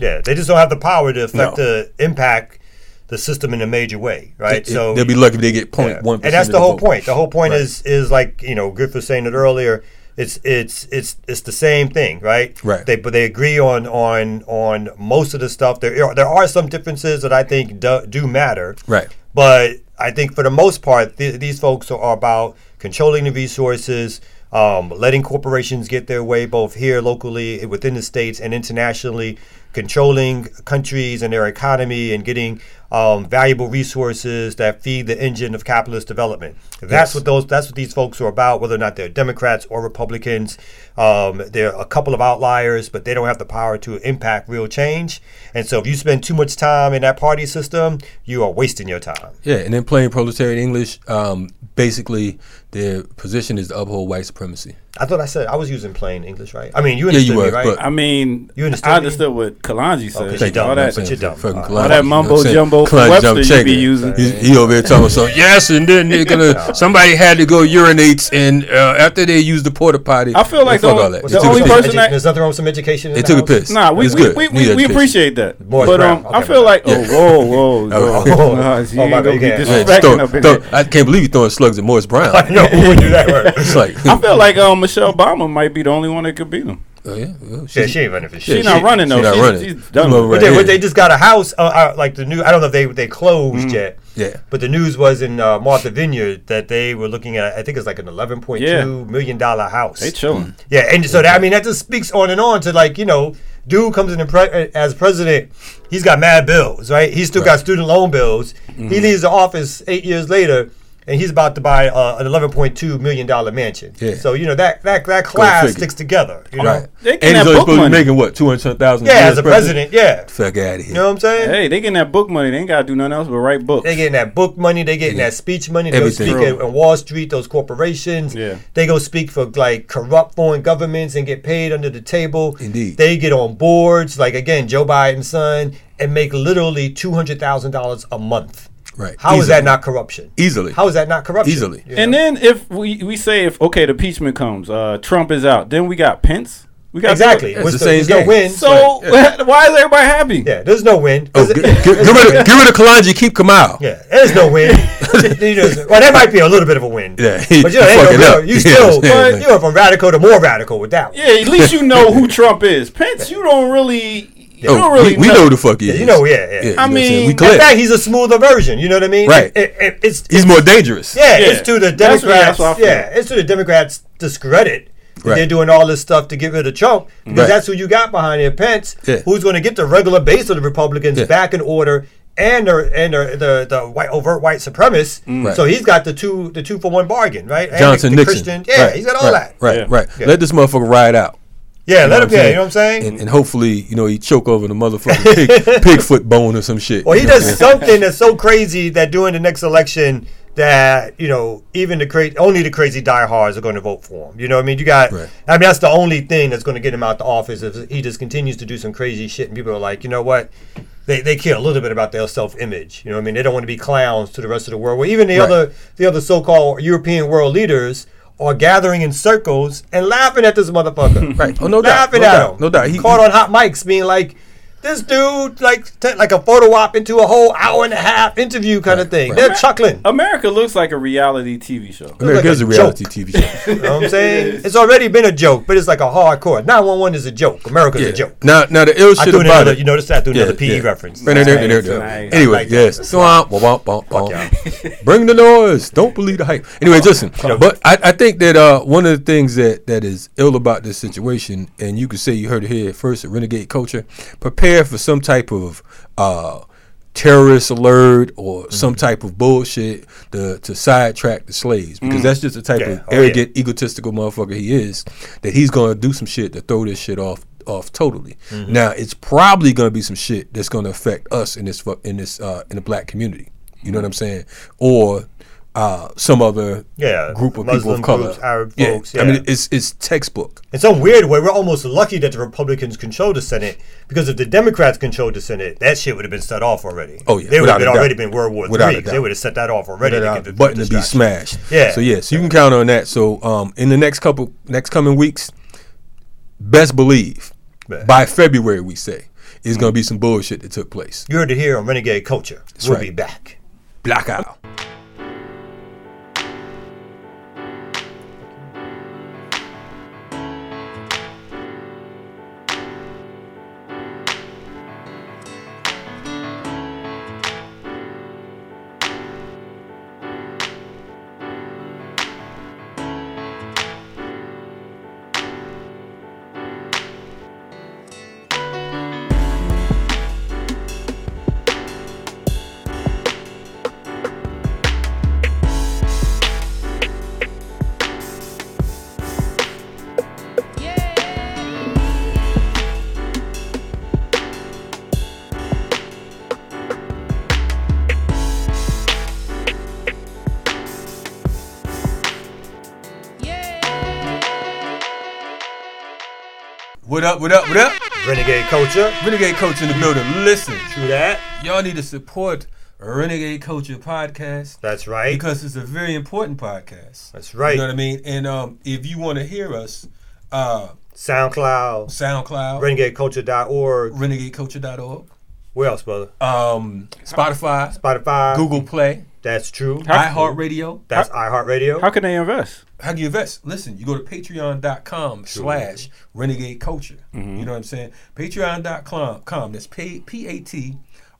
Speaker 3: yeah, they just don't have the power to affect
Speaker 2: No.
Speaker 3: the impact the system in a major way, right?
Speaker 2: it- they'll be lucky if they get point
Speaker 3: Yeah.
Speaker 2: one.
Speaker 3: and that's
Speaker 2: of
Speaker 3: the whole
Speaker 2: vote.
Speaker 3: point. The whole point
Speaker 2: Right.
Speaker 3: is is like you know Griff was saying it earlier. It's it's it's it's the same thing, right?
Speaker 2: Right.
Speaker 3: They but they agree on on on most of the stuff. There are- there are some differences that I think do, do matter.
Speaker 2: Right.
Speaker 3: But I think for the most part, th- these folks are about controlling the resources. Um, letting corporations get their way both here locally within the states and internationally controlling countries and their economy and getting um, valuable resources that feed the engine of capitalist development. That's
Speaker 2: Yes.
Speaker 3: what those. That's what these folks are about. Whether or not they're Democrats or Republicans, um, they're a couple of outliers, but they don't have the power to impact real change. And so, if you spend too much time in that party system, you are wasting your time.
Speaker 2: Yeah, and then plain proletarian English, um, basically their position is to uphold white supremacy.
Speaker 3: I thought I said I was using plain English, right? I mean, you
Speaker 2: Yeah,
Speaker 3: understood
Speaker 2: you
Speaker 3: me,
Speaker 2: were,
Speaker 3: right?
Speaker 2: but-
Speaker 1: I mean,
Speaker 3: You understand
Speaker 1: I
Speaker 3: me?
Speaker 1: understood what Kalanji said.
Speaker 3: Okay, you
Speaker 1: all
Speaker 3: don't,
Speaker 1: that,
Speaker 3: but you don't.
Speaker 2: Fucking
Speaker 3: All
Speaker 2: clown,
Speaker 1: that
Speaker 2: you know what
Speaker 1: mumbo
Speaker 2: I'm saying?
Speaker 1: jumbo from
Speaker 2: Clown
Speaker 1: Webster you
Speaker 2: jump
Speaker 1: be
Speaker 2: checker.
Speaker 1: using.
Speaker 2: He's- He over here talking about something. Yes, and then they're gonna somebody had to go urinate, and uh, after they used the porta potty,
Speaker 1: I feel like
Speaker 2: they fuck
Speaker 1: the-
Speaker 2: all that.
Speaker 1: the
Speaker 2: They took a
Speaker 1: only
Speaker 2: piss.
Speaker 1: person- that-
Speaker 3: there's nothing wrong with some education. in
Speaker 2: They
Speaker 3: the
Speaker 2: took a
Speaker 3: house.
Speaker 2: piss.
Speaker 1: Nah, we
Speaker 2: It's
Speaker 1: we,
Speaker 2: good.
Speaker 1: we,
Speaker 2: Needed
Speaker 1: we, we
Speaker 2: education.
Speaker 1: appreciate that.
Speaker 3: Boys
Speaker 1: but
Speaker 3: Brown.
Speaker 1: um, I
Speaker 3: Okay,
Speaker 1: feel
Speaker 3: man.
Speaker 1: like oh whoa whoa, whoa.
Speaker 2: Okay.
Speaker 1: oh, nah, see,
Speaker 3: Oh,
Speaker 1: you
Speaker 3: my
Speaker 1: ain't gonna be
Speaker 3: bad, you
Speaker 2: Yeah,
Speaker 3: can't.
Speaker 2: just
Speaker 1: disrespecting
Speaker 2: throw-
Speaker 1: up in
Speaker 2: throw-
Speaker 1: there.
Speaker 2: I can't believe you throwing slugs at Morris Brown.
Speaker 3: No, who would do that work?
Speaker 2: it's like,
Speaker 1: I feel like um Michelle Obama might be the only one that could beat him.
Speaker 2: oh, yeah, well,
Speaker 3: yeah,
Speaker 2: shit.
Speaker 3: she ain't running for
Speaker 1: She's
Speaker 3: shit.
Speaker 1: not
Speaker 3: She-
Speaker 1: running though.
Speaker 2: she not
Speaker 1: She's,
Speaker 2: running.
Speaker 1: she's done.
Speaker 2: Come over
Speaker 1: with it.
Speaker 2: right
Speaker 3: But they,
Speaker 2: here.
Speaker 3: but they just got a house, uh, uh, like the new. I don't know if they they closed yet.
Speaker 2: Mm-hmm. Yeah.
Speaker 3: But the news was in uh, Martha Vineyard that they were looking at. I think it's like an eleven point two
Speaker 1: Yeah.
Speaker 3: million dollar house.
Speaker 1: They chilling.
Speaker 3: yeah, and so that I mean that just speaks on and on to like you know, dude comes in and pre- uh, as president, he's got mad bills, right? He's still got student loan bills.
Speaker 2: Mm-hmm.
Speaker 3: He leaves the office eight years later. And he's about to buy uh, an eleven point two million dollar mansion.
Speaker 2: Yeah.
Speaker 3: So you know that that that class
Speaker 2: figure.
Speaker 3: sticks together. You know?
Speaker 2: Right.
Speaker 1: They getting
Speaker 2: And
Speaker 1: that
Speaker 2: he's only
Speaker 1: book
Speaker 2: supposed to be
Speaker 1: money.
Speaker 2: making what two hundred thousand.
Speaker 3: Yeah, as a president. Yeah.
Speaker 2: Fuck out of here.
Speaker 3: You know what I'm saying?
Speaker 1: Hey, they getting that book money. They ain't gotta do nothing else but write books.
Speaker 3: They getting that book money. They getting that speech money. They go
Speaker 2: Everything.
Speaker 3: speak
Speaker 1: True.
Speaker 3: at, on Wall Street. Those corporations.
Speaker 1: Yeah.
Speaker 3: They go speak for like corrupt foreign governments and get paid under the table.
Speaker 2: Indeed.
Speaker 3: They get on boards like again Joe Biden's son and make literally two hundred thousand dollars a month.
Speaker 2: Right.
Speaker 3: How is
Speaker 2: Easily.
Speaker 3: that not corruption?
Speaker 2: Easily.
Speaker 3: How is that not corruption?
Speaker 2: Easily.
Speaker 3: You know?
Speaker 1: And then if we, we say if okay the impeachment comes, uh, Trump is out, then we got Pence. We got
Speaker 3: exactly.
Speaker 2: It's
Speaker 3: What's
Speaker 2: the
Speaker 3: the-
Speaker 2: same
Speaker 3: there's no
Speaker 2: game.
Speaker 3: win.
Speaker 1: So
Speaker 2: Right, yeah.
Speaker 1: why is everybody happy?
Speaker 3: yeah, there's no win.
Speaker 2: Oh, get, get, get rid of, get rid of Kalonji, keep Kamal.
Speaker 3: Yeah, there's no win. You just- well, that might be a little bit of a win.
Speaker 2: Yeah, he-
Speaker 3: but you know,
Speaker 2: he
Speaker 3: ain't no
Speaker 2: fucking
Speaker 3: real-
Speaker 2: up.
Speaker 3: you
Speaker 2: Yeah,
Speaker 3: still
Speaker 2: yeah,
Speaker 3: but
Speaker 2: man.
Speaker 3: you went from radical to more radical with that. One.
Speaker 1: Yeah, at least you know who Trump is. Pence, you don't really, you
Speaker 2: Oh,
Speaker 1: don't really.
Speaker 2: we, we know who the fuck he is.
Speaker 3: you know, yeah, yeah.
Speaker 2: you know
Speaker 3: I
Speaker 2: what I'm saying?
Speaker 1: mean,
Speaker 2: we
Speaker 1: in
Speaker 3: In
Speaker 2: clear.
Speaker 3: fact, he's a smoother version. You know what I mean?
Speaker 2: Right.
Speaker 3: It- it- it's
Speaker 2: he's more dangerous.
Speaker 3: yeah,
Speaker 1: Yeah.
Speaker 3: it's to the
Speaker 1: That's what-
Speaker 3: Democrats.
Speaker 1: that's what I feel.
Speaker 3: yeah, it's to the Democrats' discredit. that
Speaker 2: Right.
Speaker 3: They're doing all this stuff to get rid of Trump because
Speaker 2: Right.
Speaker 3: that's who you got behind there, Pence,
Speaker 2: Yeah.
Speaker 3: who's going to get the regular base of the Republicans
Speaker 2: Yeah.
Speaker 3: back in order and the and the, the, the white overt white supremacists.
Speaker 2: Right.
Speaker 3: So he's got the two the two for one bargain, right? And the-
Speaker 2: Mm. Johnson
Speaker 3: the
Speaker 2: Nixon.
Speaker 3: Christian, yeah,
Speaker 2: Right,
Speaker 3: he's got
Speaker 2: right,
Speaker 3: all that.
Speaker 2: Right,
Speaker 1: Yeah.
Speaker 2: right.
Speaker 3: Yeah.
Speaker 2: Let this motherfucker ride out.
Speaker 3: Yeah, let him.
Speaker 2: know what
Speaker 3: Yeah, you know what I'm saying?
Speaker 2: And, and hopefully, you know, he choke over the motherfucking pig, pig foot bone or some shit.
Speaker 3: Well, he
Speaker 2: you know what
Speaker 3: does
Speaker 2: I'm saying?
Speaker 3: something that's so crazy that during the next election, that you know, even the crazy, only the crazy diehards are going to vote for him. You know, what I mean, you got.
Speaker 2: Right.
Speaker 3: I mean, that's the only thing that's going to get him out the office if he just continues to do some crazy shit, and people are like, you know what? They, they care a little bit about their self image. You know, what I mean, they don't want to be clowns to the rest of the world. Well, even the
Speaker 2: Right.
Speaker 3: other the other so called European world leaders are gathering in circles and laughing at this motherfucker.
Speaker 2: Right. Oh, no doubt.
Speaker 3: laughing
Speaker 2: No
Speaker 3: at
Speaker 2: doubt.
Speaker 3: him.
Speaker 2: No doubt. He-
Speaker 3: caught
Speaker 2: he-
Speaker 3: on hot mics, being like, "This dude like t- like a photo op into a whole hour and a half interview kind of thing." They're chuckling.
Speaker 1: America looks like a reality TV show.
Speaker 2: America's
Speaker 3: like
Speaker 2: a
Speaker 3: a
Speaker 2: reality TV show.
Speaker 3: You know what I'm saying? It's already been a joke, but it's like a hardcore. 911 is a joke. America's
Speaker 2: Yeah.
Speaker 3: a joke.
Speaker 2: Now, now the ill
Speaker 3: I
Speaker 2: shit
Speaker 3: do
Speaker 2: about
Speaker 3: another.
Speaker 2: it.
Speaker 3: You notice that I do
Speaker 2: Yeah,
Speaker 3: another PE
Speaker 2: yeah.
Speaker 3: reference.
Speaker 2: Right, right, right, right,
Speaker 1: Nice,
Speaker 2: right.
Speaker 1: nice.
Speaker 2: Anyway,
Speaker 3: Like that.
Speaker 2: yes. So, uh, wah, wah, wah, wah. Bring the noise. Don't believe the hype. Anyway, listen. But I, I think that uh, one of the things that, that is ill about this situation, and you could say you heard it here first, at renegade culture, prepare for some type of uh, terrorist alert or
Speaker 3: Mm-hmm.
Speaker 2: some type of bullshit to, to sidetrack the slaves because that's just the type
Speaker 3: Mm. Yeah.
Speaker 2: of
Speaker 3: Oh, yeah.
Speaker 2: arrogant, egotistical motherfucker he is. That he's gonna do some shit to throw this shit off off totally.
Speaker 3: Mm-hmm.
Speaker 2: Now it's probably gonna be some shit that's gonna affect us in this fu- in this uh, in the black community. You know what I'm saying? Or uh, some other
Speaker 3: Yeah,
Speaker 2: group of people
Speaker 3: Muslim
Speaker 2: of color.
Speaker 3: groups, Arab folks,
Speaker 2: I
Speaker 3: yeah.
Speaker 2: mean it's it's textbook.
Speaker 3: In some weird way, we're almost lucky that the Republicans control the Senate because if the Democrats controlled the Senate, that shit would have been set off already.
Speaker 2: Oh, yeah,
Speaker 3: they would
Speaker 2: without
Speaker 3: have been
Speaker 2: a doubt.
Speaker 3: already been World War III.
Speaker 2: Without a
Speaker 3: 'cause They
Speaker 2: doubt.
Speaker 3: would have set that off already. to
Speaker 2: that
Speaker 3: get the- the
Speaker 2: button to be
Speaker 3: distraction.
Speaker 2: smashed.
Speaker 3: Yeah.
Speaker 2: So yes, you can count on that. So um, in the next couple, next coming weeks, best believe
Speaker 3: Yeah.
Speaker 2: by February we say is going to be some bullshit that took place.
Speaker 3: You heard it here on Renegade Culture. we'll
Speaker 2: right.
Speaker 3: be back.
Speaker 2: Blackout. What up? What up? What up?
Speaker 3: Renegade Culture.
Speaker 2: Renegade Coach in the building. Listen,
Speaker 3: Do that.
Speaker 2: y'all need to support Renegade Culture podcast
Speaker 3: That's right.
Speaker 2: because it's a very important podcast.
Speaker 3: That's right.
Speaker 2: You know what I mean? And um, if you want to hear us, uh,
Speaker 3: SoundCloud,
Speaker 2: SoundCloud,
Speaker 3: renegadeculture.org.
Speaker 2: renegadeculture.org,
Speaker 3: Where else, brother?
Speaker 2: um, Spotify,
Speaker 3: Spotify.
Speaker 2: Google Play,
Speaker 3: That's true.
Speaker 2: iHeartRadio.
Speaker 3: That's iHeartRadio.
Speaker 1: How can they invest?
Speaker 2: How do you invest? Listen, you go to patreon.com slash renegade culture.
Speaker 3: Mm-hmm.
Speaker 2: You know what I'm saying? Patreon.com, com, that's P A T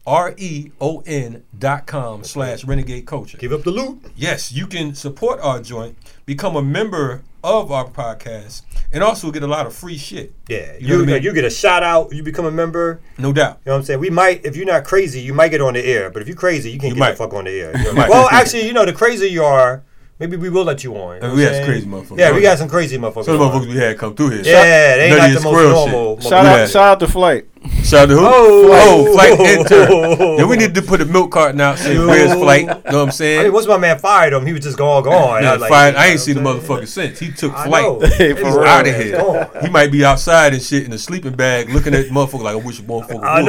Speaker 2: R E O N dot com slash renegade culture.
Speaker 3: Give up the loot.
Speaker 2: Yes, you can support our joint, become a member of our podcast, and also get a lot of free shit.
Speaker 3: Yeah.
Speaker 2: You
Speaker 3: You,
Speaker 2: know what I mean?
Speaker 3: you get a shout out. You become a member.
Speaker 2: No doubt.
Speaker 3: You know what I'm saying? We might, if you're not crazy, you might get on the air. But if you're crazy, you can't get
Speaker 2: might.
Speaker 3: the fuck on the air. You know what I mean?
Speaker 2: might.
Speaker 3: Well, actually, you know, the crazier you are, maybe we will let you on. You know
Speaker 2: Oh,
Speaker 3: what
Speaker 2: we got
Speaker 3: I'm
Speaker 2: some
Speaker 3: saying?
Speaker 2: crazy motherfuckers.
Speaker 3: Yeah, we got some crazy motherfuckers.
Speaker 2: Some of the
Speaker 3: on.
Speaker 2: motherfuckers we had come through here.
Speaker 3: Yeah, they ain't
Speaker 2: Nutty
Speaker 3: like
Speaker 2: and
Speaker 3: the most
Speaker 2: squirrel
Speaker 3: normal
Speaker 2: shit.
Speaker 3: motherfuckers.
Speaker 1: Shout
Speaker 2: Yeah.
Speaker 1: out, shout out to Flight.
Speaker 2: Shout out to who?
Speaker 3: Oh.
Speaker 2: oh flight
Speaker 3: Oh.
Speaker 2: intern. yeah, we need to put a milk carton out saying, where's flight? You know what I'm
Speaker 3: I
Speaker 2: saying?
Speaker 3: mean, once my man fired him, he was just gone, gone.
Speaker 2: Nah,
Speaker 3: was like,
Speaker 2: fine, I
Speaker 3: you know
Speaker 2: ain't seen the
Speaker 3: what I'm saying?
Speaker 2: motherfucker since. He took
Speaker 3: I
Speaker 2: flight.
Speaker 3: know.
Speaker 2: He
Speaker 1: for
Speaker 2: was
Speaker 1: real.
Speaker 2: out of
Speaker 3: It's
Speaker 2: here.
Speaker 3: gone.
Speaker 2: He might be outside and shit in a sleeping bag looking at motherfucker like, I wish a motherfucker
Speaker 3: I
Speaker 2: would."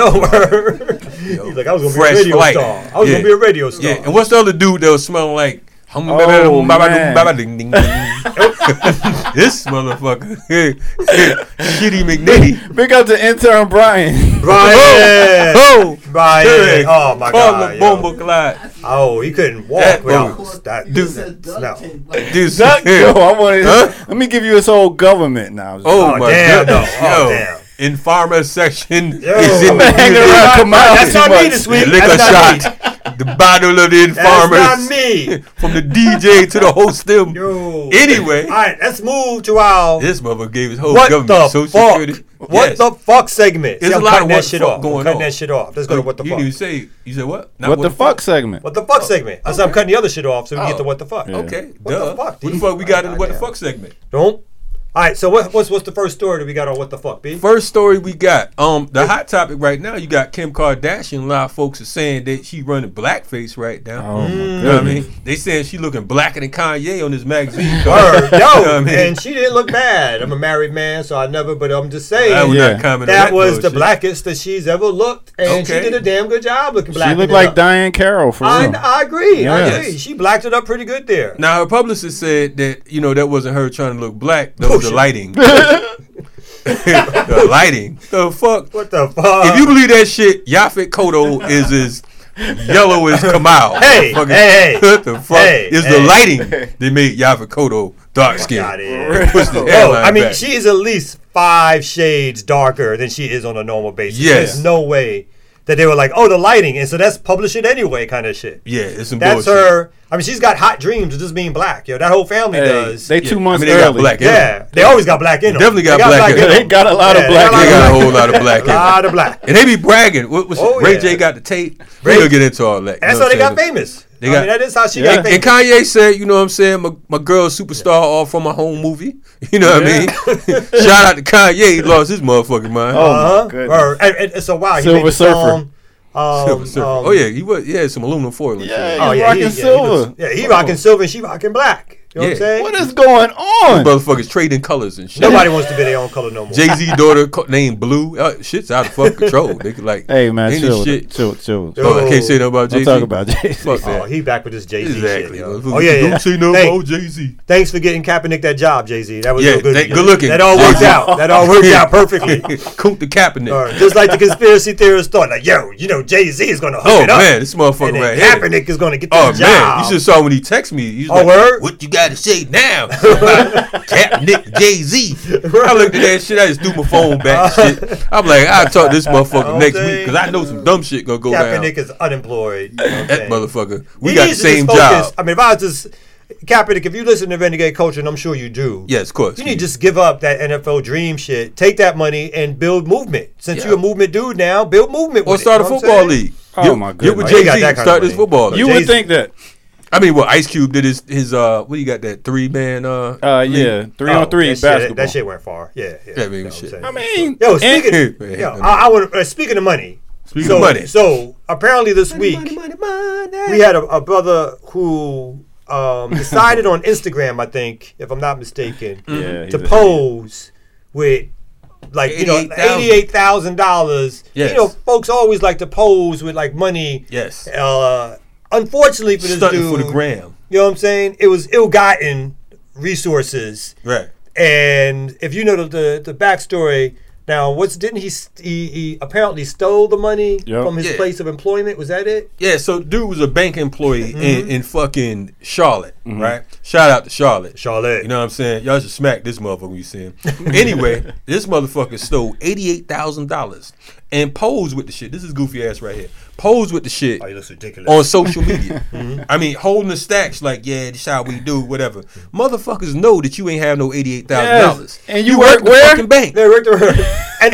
Speaker 3: know. He's like, I was gonna
Speaker 2: Fresh
Speaker 3: be a radio
Speaker 2: flight.
Speaker 3: star. I was
Speaker 2: Yeah.
Speaker 3: gonna be a radio star.
Speaker 2: Yeah, and what's the other dude that was smelling like
Speaker 1: Oh, man.
Speaker 2: this motherfucker. Shitty McNitty.
Speaker 1: Big up to intern Brian.
Speaker 3: Brian.
Speaker 2: Oh,
Speaker 3: Brian. Oh my God. yo.
Speaker 2: Bomba Clyde.
Speaker 3: Oh, he couldn't walk
Speaker 2: That
Speaker 3: without that.
Speaker 2: Dude.
Speaker 3: No.
Speaker 2: This
Speaker 1: Duck, yo, I wanted.
Speaker 2: Huh?
Speaker 1: Let me give you his whole government now.
Speaker 2: Oh,
Speaker 3: Oh,
Speaker 2: my
Speaker 3: damn,
Speaker 2: goodness.
Speaker 3: no. Oh,
Speaker 2: Yo.
Speaker 3: damn.
Speaker 2: In farmer section
Speaker 3: Yo.
Speaker 2: is in
Speaker 3: I've been
Speaker 1: hanging around
Speaker 2: the
Speaker 1: Kamau
Speaker 3: That's
Speaker 1: too
Speaker 3: not me
Speaker 1: much.
Speaker 3: this week.
Speaker 2: liquor
Speaker 3: That's not me.
Speaker 2: shot. The bottle of the
Speaker 3: That's not
Speaker 2: informers.
Speaker 3: me.
Speaker 2: From the DJ to the host them.
Speaker 3: Yo.
Speaker 2: Anyway.
Speaker 3: All right, let's move to our
Speaker 2: This motherfucker gave his whole
Speaker 3: what
Speaker 2: government
Speaker 3: the
Speaker 2: social
Speaker 3: fuck?
Speaker 2: security.
Speaker 3: What
Speaker 2: Yes.
Speaker 3: the fuck segment?
Speaker 2: There's
Speaker 3: See,
Speaker 2: a
Speaker 3: I'm
Speaker 2: lot
Speaker 3: cutting
Speaker 2: of
Speaker 3: that
Speaker 2: what
Speaker 3: shit
Speaker 2: the fuck
Speaker 3: off.
Speaker 2: going
Speaker 3: I'm cutting
Speaker 2: on.
Speaker 3: that shit off. Let's go to what the
Speaker 2: you
Speaker 3: fuck.
Speaker 2: didn't even say. You said what? Not
Speaker 1: what, the fuck, segment?
Speaker 3: What the fuck segment? I said I'm cutting the other shit off so we can get to
Speaker 2: Oh.
Speaker 3: what the fuck.
Speaker 2: Okay.
Speaker 3: What
Speaker 2: duh.
Speaker 3: the fuck?
Speaker 2: What the
Speaker 3: dude?
Speaker 2: fuck we got in the what the
Speaker 4: Goddamn.
Speaker 2: fuck segment?
Speaker 3: Don't. All right, so what, what's what's the first story that we got on what the fuck, B?
Speaker 2: First story we got. Um, the hot topic right now. You got Kim Kardashian. A lot of folks are saying that she running blackface right now.
Speaker 1: Oh my
Speaker 2: You know what Mm. I
Speaker 1: goodness.
Speaker 2: mean? They saying she looking blacker than Kanye on this magazine cover.
Speaker 3: Word, yo,
Speaker 2: You know what I mean?
Speaker 3: and she didn't look bad. I'm a married man, so I never. But I'm just saying
Speaker 2: I would
Speaker 1: Yeah.
Speaker 2: not comment on
Speaker 3: that was the
Speaker 2: bullshit.
Speaker 3: blackest that she's ever looked, and
Speaker 2: Okay.
Speaker 3: she did a damn good job looking black.
Speaker 1: She looked like Diane Carroll for
Speaker 3: I,
Speaker 1: real.
Speaker 3: I agree. I
Speaker 1: Yes.
Speaker 3: agree. She blacked it up pretty good there.
Speaker 2: Now her publicist said that you know that wasn't her trying to look black. That was the
Speaker 3: Bullshit.
Speaker 2: lighting. the lighting. The fuck.
Speaker 3: What the fuck?
Speaker 2: if you believe that shit, Yafit Koto is as yellow as Kamau.
Speaker 3: Hey,
Speaker 2: Fucking-
Speaker 3: hey, hey.
Speaker 2: what the fuck?
Speaker 3: Hey,
Speaker 2: it's
Speaker 3: hey.
Speaker 2: the lighting that made Yafit Koto dark skin.
Speaker 3: Got it.
Speaker 2: Hell,
Speaker 3: Yo, Oh, I mean,
Speaker 2: back.
Speaker 3: she is at least five shades darker than she is on a normal basis.
Speaker 2: Yes.
Speaker 3: There's no way that they were like, oh, the lighting, and so that's publish it anyway kind of shit.
Speaker 2: yeah, it's some
Speaker 3: That's
Speaker 2: bullshit.
Speaker 3: her. I mean, she's got hot dreams of just being black. Yo, that whole family
Speaker 1: Hey,
Speaker 3: does.
Speaker 1: they
Speaker 2: Yeah,
Speaker 1: two months
Speaker 2: I mean, they got
Speaker 1: early.
Speaker 2: black.
Speaker 3: yeah, they always got black in them.
Speaker 2: Definitely got
Speaker 3: They
Speaker 2: black in
Speaker 1: They got a lot
Speaker 3: Yeah,
Speaker 1: of
Speaker 3: they
Speaker 1: black.
Speaker 3: got
Speaker 2: They
Speaker 1: in
Speaker 2: got
Speaker 1: it.
Speaker 2: a whole lot of black.
Speaker 3: A
Speaker 2: in
Speaker 3: lot
Speaker 2: them.
Speaker 3: of black.
Speaker 2: And they be bragging. What was
Speaker 3: Oh,
Speaker 2: Ray
Speaker 3: yeah.
Speaker 2: J got the tape?
Speaker 3: Ray-
Speaker 2: We're gonna get into all that. you
Speaker 3: That's
Speaker 2: know
Speaker 3: how they
Speaker 2: what I'm
Speaker 3: got
Speaker 2: saying?
Speaker 3: famous.
Speaker 2: They
Speaker 3: I
Speaker 2: got-
Speaker 3: mean, that is how she
Speaker 1: Yeah.
Speaker 3: got
Speaker 2: And
Speaker 3: famous.
Speaker 2: Kanye said, you know what I'm saying, my, my girl superstar all from my home movie. You know what I mean? Shout out to Kanye, he lost his motherfucking mind.
Speaker 1: Oh
Speaker 3: Uh-huh.
Speaker 1: my goodness.
Speaker 3: Or- and- and- and so wow, he
Speaker 1: Silver
Speaker 3: made the
Speaker 1: Surfer.
Speaker 3: song, um,
Speaker 2: Silver Surfer.
Speaker 3: um,
Speaker 2: oh yeah, he was yeah, some aluminum foil. and
Speaker 1: Yeah,
Speaker 2: shit.
Speaker 1: He's rocking
Speaker 3: yeah,
Speaker 1: silver.
Speaker 3: He looks- yeah, he rocking silver and she rocking black. You know what I'm
Speaker 2: Yeah.
Speaker 3: saying?
Speaker 1: What is going on?
Speaker 2: motherfuckers trading colors and shit.
Speaker 3: Nobody wants to be their own color no more.
Speaker 2: Jay Z daughter co- named Blue. Uh, shit's out of fucking control. They could like
Speaker 1: Hey man,
Speaker 2: any
Speaker 1: chill, with
Speaker 2: shit.
Speaker 1: it. chill, chill.
Speaker 3: Yo,
Speaker 2: Oh, I can't say nothing about Jay
Speaker 1: Don't
Speaker 2: Z.
Speaker 1: talk about Jay-Z.
Speaker 2: Fuck
Speaker 3: oh,
Speaker 2: that.
Speaker 3: he back with this Jay Z
Speaker 2: exactly.
Speaker 3: shit. yo.
Speaker 2: motherfucker.
Speaker 3: Oh yeah, yeah.
Speaker 2: Don't say nothing
Speaker 3: Thank-
Speaker 2: about Jay Z.
Speaker 3: Thanks for getting Kaepernick that job, Jay Z. That was
Speaker 2: Yeah,
Speaker 3: real good.
Speaker 2: thank-
Speaker 3: of you.
Speaker 2: good looking,
Speaker 3: That all worked
Speaker 2: Jay-Z.
Speaker 3: out. That all worked out perfectly.
Speaker 2: Coop the Kaepernick.
Speaker 3: All right, Just like the conspiracy theorists thought, like, yo, you know, Jay Z is gonna hook
Speaker 2: Oh
Speaker 3: it up,
Speaker 2: man, this
Speaker 3: and
Speaker 2: motherfucker
Speaker 3: then
Speaker 2: right here.
Speaker 3: Kaepernick is gonna get
Speaker 2: Oh
Speaker 3: the job.
Speaker 2: man, you just saw when he text me. He was
Speaker 3: Oh,
Speaker 2: like,
Speaker 3: word?
Speaker 2: What you got to say now? about Kaepernick, Jay Z. I looked at that shit. I just threw my phone back. and Shit. I'm like, I will talk to this motherfucker
Speaker 3: All
Speaker 2: next
Speaker 3: day.
Speaker 2: week because I know some dumb shit gonna go down.
Speaker 3: Kaepernick is unemployed. you know what I'm
Speaker 2: That
Speaker 3: saying?
Speaker 2: motherfucker. We
Speaker 3: He
Speaker 2: got the
Speaker 3: needs to just
Speaker 2: same
Speaker 3: focus.
Speaker 2: job.
Speaker 3: I mean, if I was just Kaepernick, if you listen to Renegade Culture, and I'm sure you do,
Speaker 2: Yes, of course.
Speaker 3: You need to just give up that NFL dream shit. Take that money and build movement. Since
Speaker 2: Yeah.
Speaker 3: you're a movement dude now, build movement.
Speaker 2: or
Speaker 3: with it,
Speaker 2: start a
Speaker 3: you know what I'm
Speaker 2: football
Speaker 3: saying?
Speaker 2: league.
Speaker 1: Oh,
Speaker 2: Get-
Speaker 1: my
Speaker 2: Get with
Speaker 1: goodness.
Speaker 3: Oh, you
Speaker 2: Jay
Speaker 3: got
Speaker 2: Z
Speaker 3: that
Speaker 2: and
Speaker 3: kind
Speaker 2: start this
Speaker 3: of money.
Speaker 2: football league.
Speaker 1: You
Speaker 3: Jay-Z.
Speaker 1: would think that.
Speaker 2: I mean, well, Ice Cube did his his uh, what do you got that three man uh,
Speaker 1: Uh, yeah, three
Speaker 3: Oh,
Speaker 1: on three
Speaker 3: that shit-
Speaker 1: basketball.
Speaker 3: that shit went far. Yeah, yeah.
Speaker 2: That mean
Speaker 3: you know what I'm
Speaker 2: shit.
Speaker 3: saying?
Speaker 1: I mean,
Speaker 3: yo,
Speaker 1: and-
Speaker 3: speaking,
Speaker 2: and-
Speaker 3: yo, I, I would, uh, speaking of money.
Speaker 2: Speaking
Speaker 3: so,
Speaker 2: of money.
Speaker 3: So apparently this week we had a, a brother who um, decided on Instagram, I think, if I'm not mistaken,
Speaker 1: Yeah, he's
Speaker 3: to
Speaker 1: an
Speaker 3: pose with like you know
Speaker 2: $88,000.
Speaker 3: eighty-eight thousand dollars.
Speaker 2: Yes.
Speaker 3: You know, folks always like to pose with like money.
Speaker 2: Yes.
Speaker 3: Uh, unfortunately for this
Speaker 2: stunting
Speaker 3: dude,
Speaker 2: for the gram?
Speaker 3: you know what I'm saying? It was ill-gotten resources.
Speaker 2: Right.
Speaker 3: And if you know the the, the backstory, now what's didn't he s- he, he apparently stole the money
Speaker 1: Yep.
Speaker 3: from his
Speaker 2: Yeah.
Speaker 3: place of employment? Was that it?
Speaker 2: Yeah. So dude was a bank employee
Speaker 1: Mm-hmm.
Speaker 2: in, in fucking Charlotte, right? Shout out to Charlotte.
Speaker 3: Charlotte.
Speaker 2: You know what I'm saying? Y'all should smack this motherfucker when you see him. anyway, this motherfucker stole eighty-eight thousand dollars and posed with the shit. This is goofy ass right here. Posed with the shit.
Speaker 3: Oh, he looks ridiculous.
Speaker 2: on social media.
Speaker 1: Mm-hmm.
Speaker 2: I mean, holding the stacks like, yeah, this how we do, whatever. Motherfuckers know that you ain't have no eighty eight thousand dollars,
Speaker 1: Yes. And you work
Speaker 2: at the
Speaker 1: where?
Speaker 2: fucking bank,
Speaker 3: They worked around. And